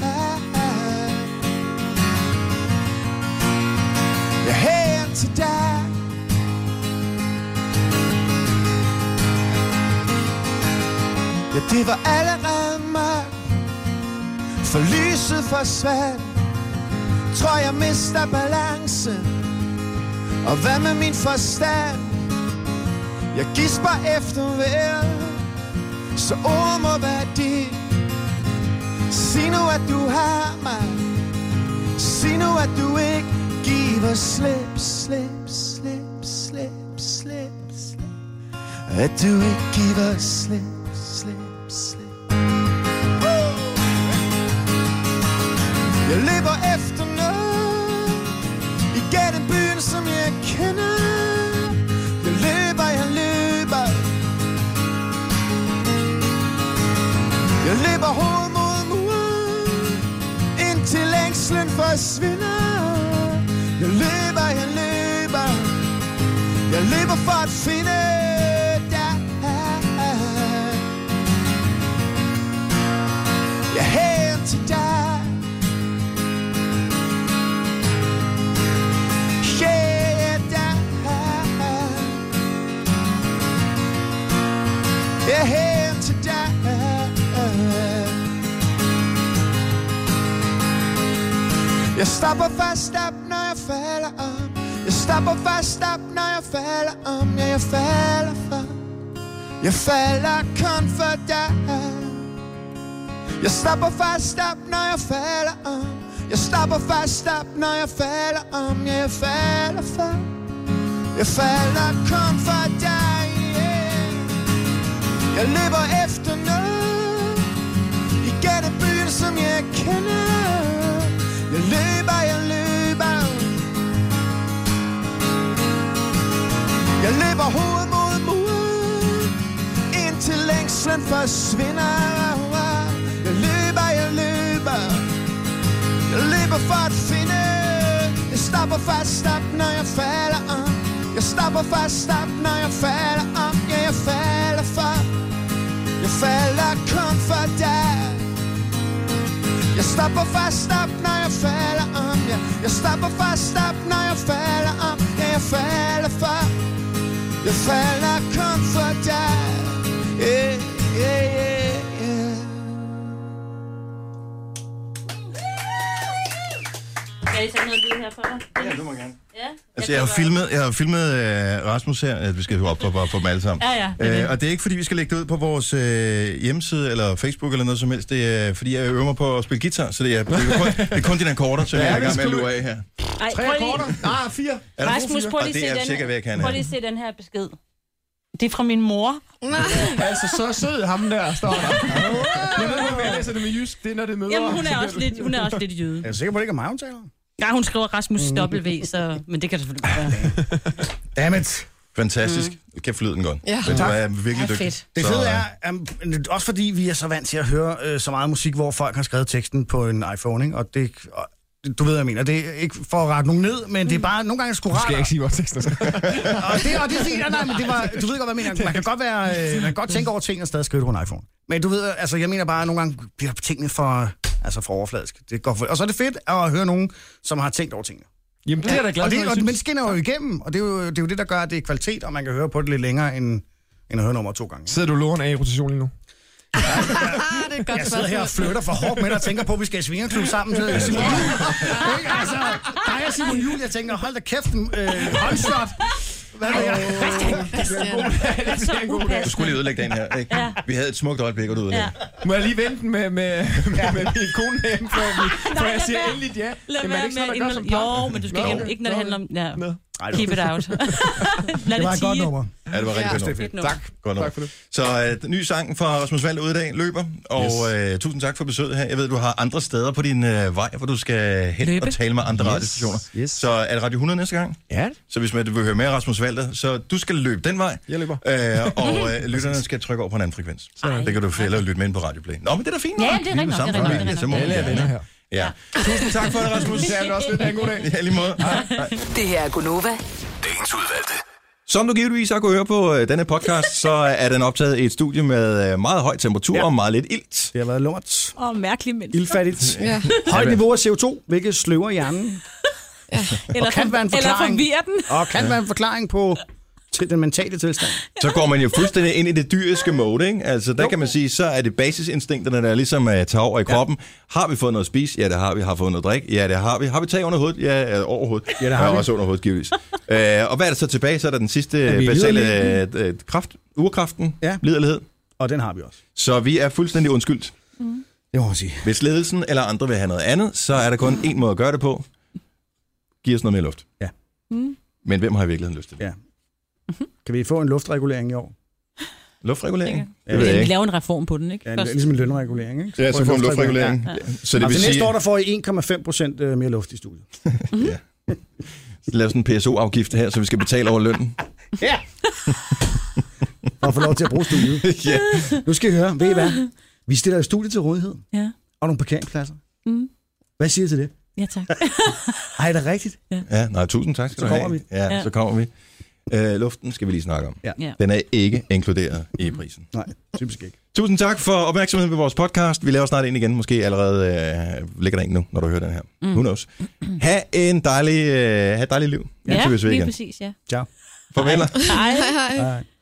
B: Jeg hænger til dig Ja, det var allerede mørkt For lyset forsvandt Tror jeg mister balance Og hvad med min forstand? Jeg gisper efter vejret Så ord må være dit Sig nu at du har mig Sig nu at du ikke giver slip, slip, slip, slip, slip, slip At du ikke giver slip, slip, slip Jeg løber efter noget Igennem byen, som jeg kender Jeg løber, jeg løber Jeg løber hoved mod muren Indtil længslen forsvinder Jeg løber, jeg løber Jeg løber for at finde dig Jeg hænger til dig Yeah, dig. Jeg hænger til dig Jeg stopper først op, når jeg falder om
G: Stopper først op, når jeg falder
B: um.
G: om Ja, jeg falder for Jeg falder kun for dig Jeg stopper først op, når jeg falder
B: um.
G: om Jeg stopper først op, når jeg falder
B: um.
G: om Ja, jeg falder for Jeg falder kun for dig yeah. Jeg løber efter noget Igennem byen, som jeg kender
B: uh.
G: Jeg løber, jeg løber Jeg løber hovedet mod muren Indtil længslen forsvinder Jeg løber, jeg løber Jeg løber for at finde Jeg stopper fast op, når jeg falder om Jeg stopper fast op, når jeg falder om Ja, jeg falder for Jeg falder kun for dig jeg stopper fast op, når jeg falder om ja. Jeg stopper fast op, når jeg falder om Ja, jeg falder for jeg falder kun for dig yeah, yeah, yeah, yeah.
C: Skal I tage noget lyd her for dig? Ja,
A: du må gerne.
C: Ja.
A: Altså, jeg har filmet, jeg har filmet øh, Rasmus her, at vi skal op for, for, for dem alle sammen.
C: Ja, ja, det er det.
A: Øh, og det er ikke, fordi vi skal lægge det ud på vores øh, hjemmeside eller Facebook eller noget som helst. Det er, fordi jeg øver mig på at spille guitar, så det er, det er, kun, det er kun dine akkorder, som
O: Ja,
A: jeg er i
O: det
A: gang med at
O: skulle-
A: lure af her.
C: Ej,
O: Tre
C: prøv lige-
O: akkorder? Ah, fire.
A: Er der gode
C: Rasmus,
A: fyre?
C: prøv
A: Og
C: lige,
A: det er
C: se
A: jeg sikker ved, jeg kan
C: den, prøv
A: have.
C: lige se den her besked. Det er fra min mor.
O: altså, så sød ham der, står der. Jeg ved, hvorfor jeg læser det med jysk. Det er, når det møder...
C: Jamen, hun er også lidt, hun er også lidt jøde.
B: Jeg er sikker på, det ikke er mig, hun taler.
C: Nej, hun skriver Rasmus W, så, men det kan det selvfølgelig godt være.
B: Dammit.
A: Fantastisk. Mm. Kan flyde den godt.
C: Ja.
A: Men du
B: Tak.
A: er virkelig dygtig.
B: Det
A: Så,
B: fede
A: øh,
B: er, um, også fordi vi er så vant til at høre øh, så meget musik, hvor folk har skrevet teksten på en iPhone, ikke? og det og, du ved, hvad jeg mener. Det er ikke for at række nogen ned, men det er bare nogle gange sgu
O: Nu skal jeg
B: rart.
O: ikke sige, hvor teksten er.
B: Og det, og det er fint, Ja, nej, men det var, du ved godt, hvad jeg mener. Man kan godt, være, øh, man kan godt tænke over ting og stadig skrive det på en iPhone. Men du ved, altså, jeg mener bare, at nogle gange bliver tingene for, altså for overfladisk. Det går for, og så er det fedt at høre nogen, som har tænkt over tingene.
O: Jamen, det er jeg da glad
B: og
O: for,
B: det,
O: jeg
B: og,
O: synes.
B: Men det skinner jo igennem, og det er jo, det er jo det, der gør, at det er kvalitet, og man kan høre på det lidt længere, end, end at høre nummer to gange.
O: Sidder du låren af i rotation lige nu?
D: Ah, det er et godt
B: Jeg sidder her og flytter for hårdt med dig og tænker på, at vi skal i svingerklub sammen. Så Simon Jul. Ikke? Altså, dig og Simon Jul, jeg tænker, hold da kæft, øh, håndshot. Hvad ved jeg?
A: øh, Du skulle lige ødelægge den her, ikke? Ja. Vi havde et smukt øjeblik, og du ødelægge.
O: Må jeg lige vente den med, med, med, med min kone herhjemme, før, vi, før jeg siger endeligt ja?
C: Lad
O: Jamen, er
C: være
O: det ikke
C: med at
O: sådan, man gør som
C: indholde-
O: par?
C: Jo, men du skal
O: Nå.
C: ikke, ikke når det
O: Nå.
C: handler om... Ja.
O: Ej, det var
C: Keep it out. Lad
B: Det var et godt
C: tie.
B: nummer.
A: Ja, det var rigtig
C: Ja.
A: godt nummer.
C: Fedt nummer.
A: Tak. Godt nummer. Tak for det. Så øh, den nye sang fra Rasmus Vald ude i dag løber, og yes. øh, tusind tak for besøget her. Jeg ved, du har andre steder på din øh, vej, hvor du skal hen Løbe. og tale med andre yes. radiostationer. Yes. Så er det Radio 100 næste gang?
O: Ja.
A: Så hvis man vil høre mere Rasmus Valder, så du skal løbe den vej.
O: Jeg løber.
A: Øh, og øh, lytterne skal trykke over på en anden frekvens.
O: Ej.
A: Det kan du fælde og lytte med ind på Radioplay. Nå, men det er da fint.
O: Ja,
A: nok.
O: det er
A: Vi
O: rigtig nok,
A: samme
O: det er rigtig
A: familie,
O: nok,
A: så må
O: det er
A: vi
O: rigtig nok.
A: gerne.
O: Alle er venner
A: Ja. Tusind tak for det, Rasmus.
O: Det er også lidt af en god dag.
A: Ja, lige måde.
H: Det her er Gunova.
J: Dagens udvalgte.
A: Som du givetvis har kunnet høre på øh, denne podcast, så er den optaget i et studie med øh, meget høj temperatur ja. og meget lidt ilt.
B: Det har været lummert.
I: Og mærkelige mennesker.
B: Ildfattigt.
I: Ja.
B: Højt niveau af CO2, hvilket sløver hjernen.
I: Eller,
B: og kan være en
I: eller
B: forklaring,
I: forvirrer den.
B: Og kan være en forklaring på til den mentale tilstand.
A: Så går man jo fuldstændig ind i det dyriske mode, ikke? Altså, der jo. kan man sige, så er det basisinstinkterne, der ligesom uh, tager over i kroppen. Ja. Har vi fået noget at spise? Ja, det har vi. Har vi fået noget at drikke? Ja, det har vi. Har vi tag under hovedet? Ja, øh, over hovedet. Ja, det har vi. også under hovedet, givetvis. uh, og hvad er der så tilbage? Så er der den sidste
B: Er
A: øh,
B: vi
A: basale
B: liderlige?
A: uh, kraft, urkraften,
B: Ja.
A: liderlighed.
B: Og den har vi også.
A: Så vi er fuldstændig undskyldt.
B: Mm. Det må man sige.
A: Hvis ledelsen eller andre vil have noget andet, så er der kun én måde at gøre det på. Giv os noget mere luft.
B: Ja.
I: Mm.
A: Men hvem har i virkeligheden lyst til det?
B: Ja. Kan vi få en luftregulering i år?
A: Luftregulering?
B: Det ved jeg
C: Vi
B: ikke.
C: laver en reform på den, ikke?
B: Ja,
C: Først.
B: ligesom en lønregulering, ikke?
A: Ja, så
B: får vi
A: får en luftregulering.
B: Ja.
A: Ja.
B: Så det vil altså, næste sige... år, der får I 1,5 procent øh, mere luft i studiet.
A: Lav sådan en PSO-afgift her, så vi skal betale over lønnen.
B: Ja! For at få lov til at bruge studiet.
A: ja.
B: Nu skal I høre, ved I hvad? Vi stiller jo studiet til rådighed.
C: Ja.
B: Og nogle parkeringspladser.
C: Mm.
B: Hvad siger I til det?
C: Ja, tak.
B: Ej, er det rigtigt?
A: Ja, nej, tusind tak skal
B: Så
A: du have.
B: kommer vi.
A: Ja,
B: Ja.
A: så kommer vi. Øh, luften skal vi lige snakke om.
B: Ja.
C: Ja.
A: Den er ikke inkluderet i prisen.
B: Nej, typisk ikke.
A: Tusind tak for opmærksomheden på vores podcast. Vi laver snart en igen, måske allerede øh, ligger der en nu, når du hører den her. Mm. Who knows? Ha' en dejlig, øh, ha' et dejligt liv.
C: Ja,
A: Indtil vi ses
C: lige
A: igen.
C: præcis, ja.
B: Ciao.
A: Farvel.
C: Hej.
D: Hej, hej.
B: Hej.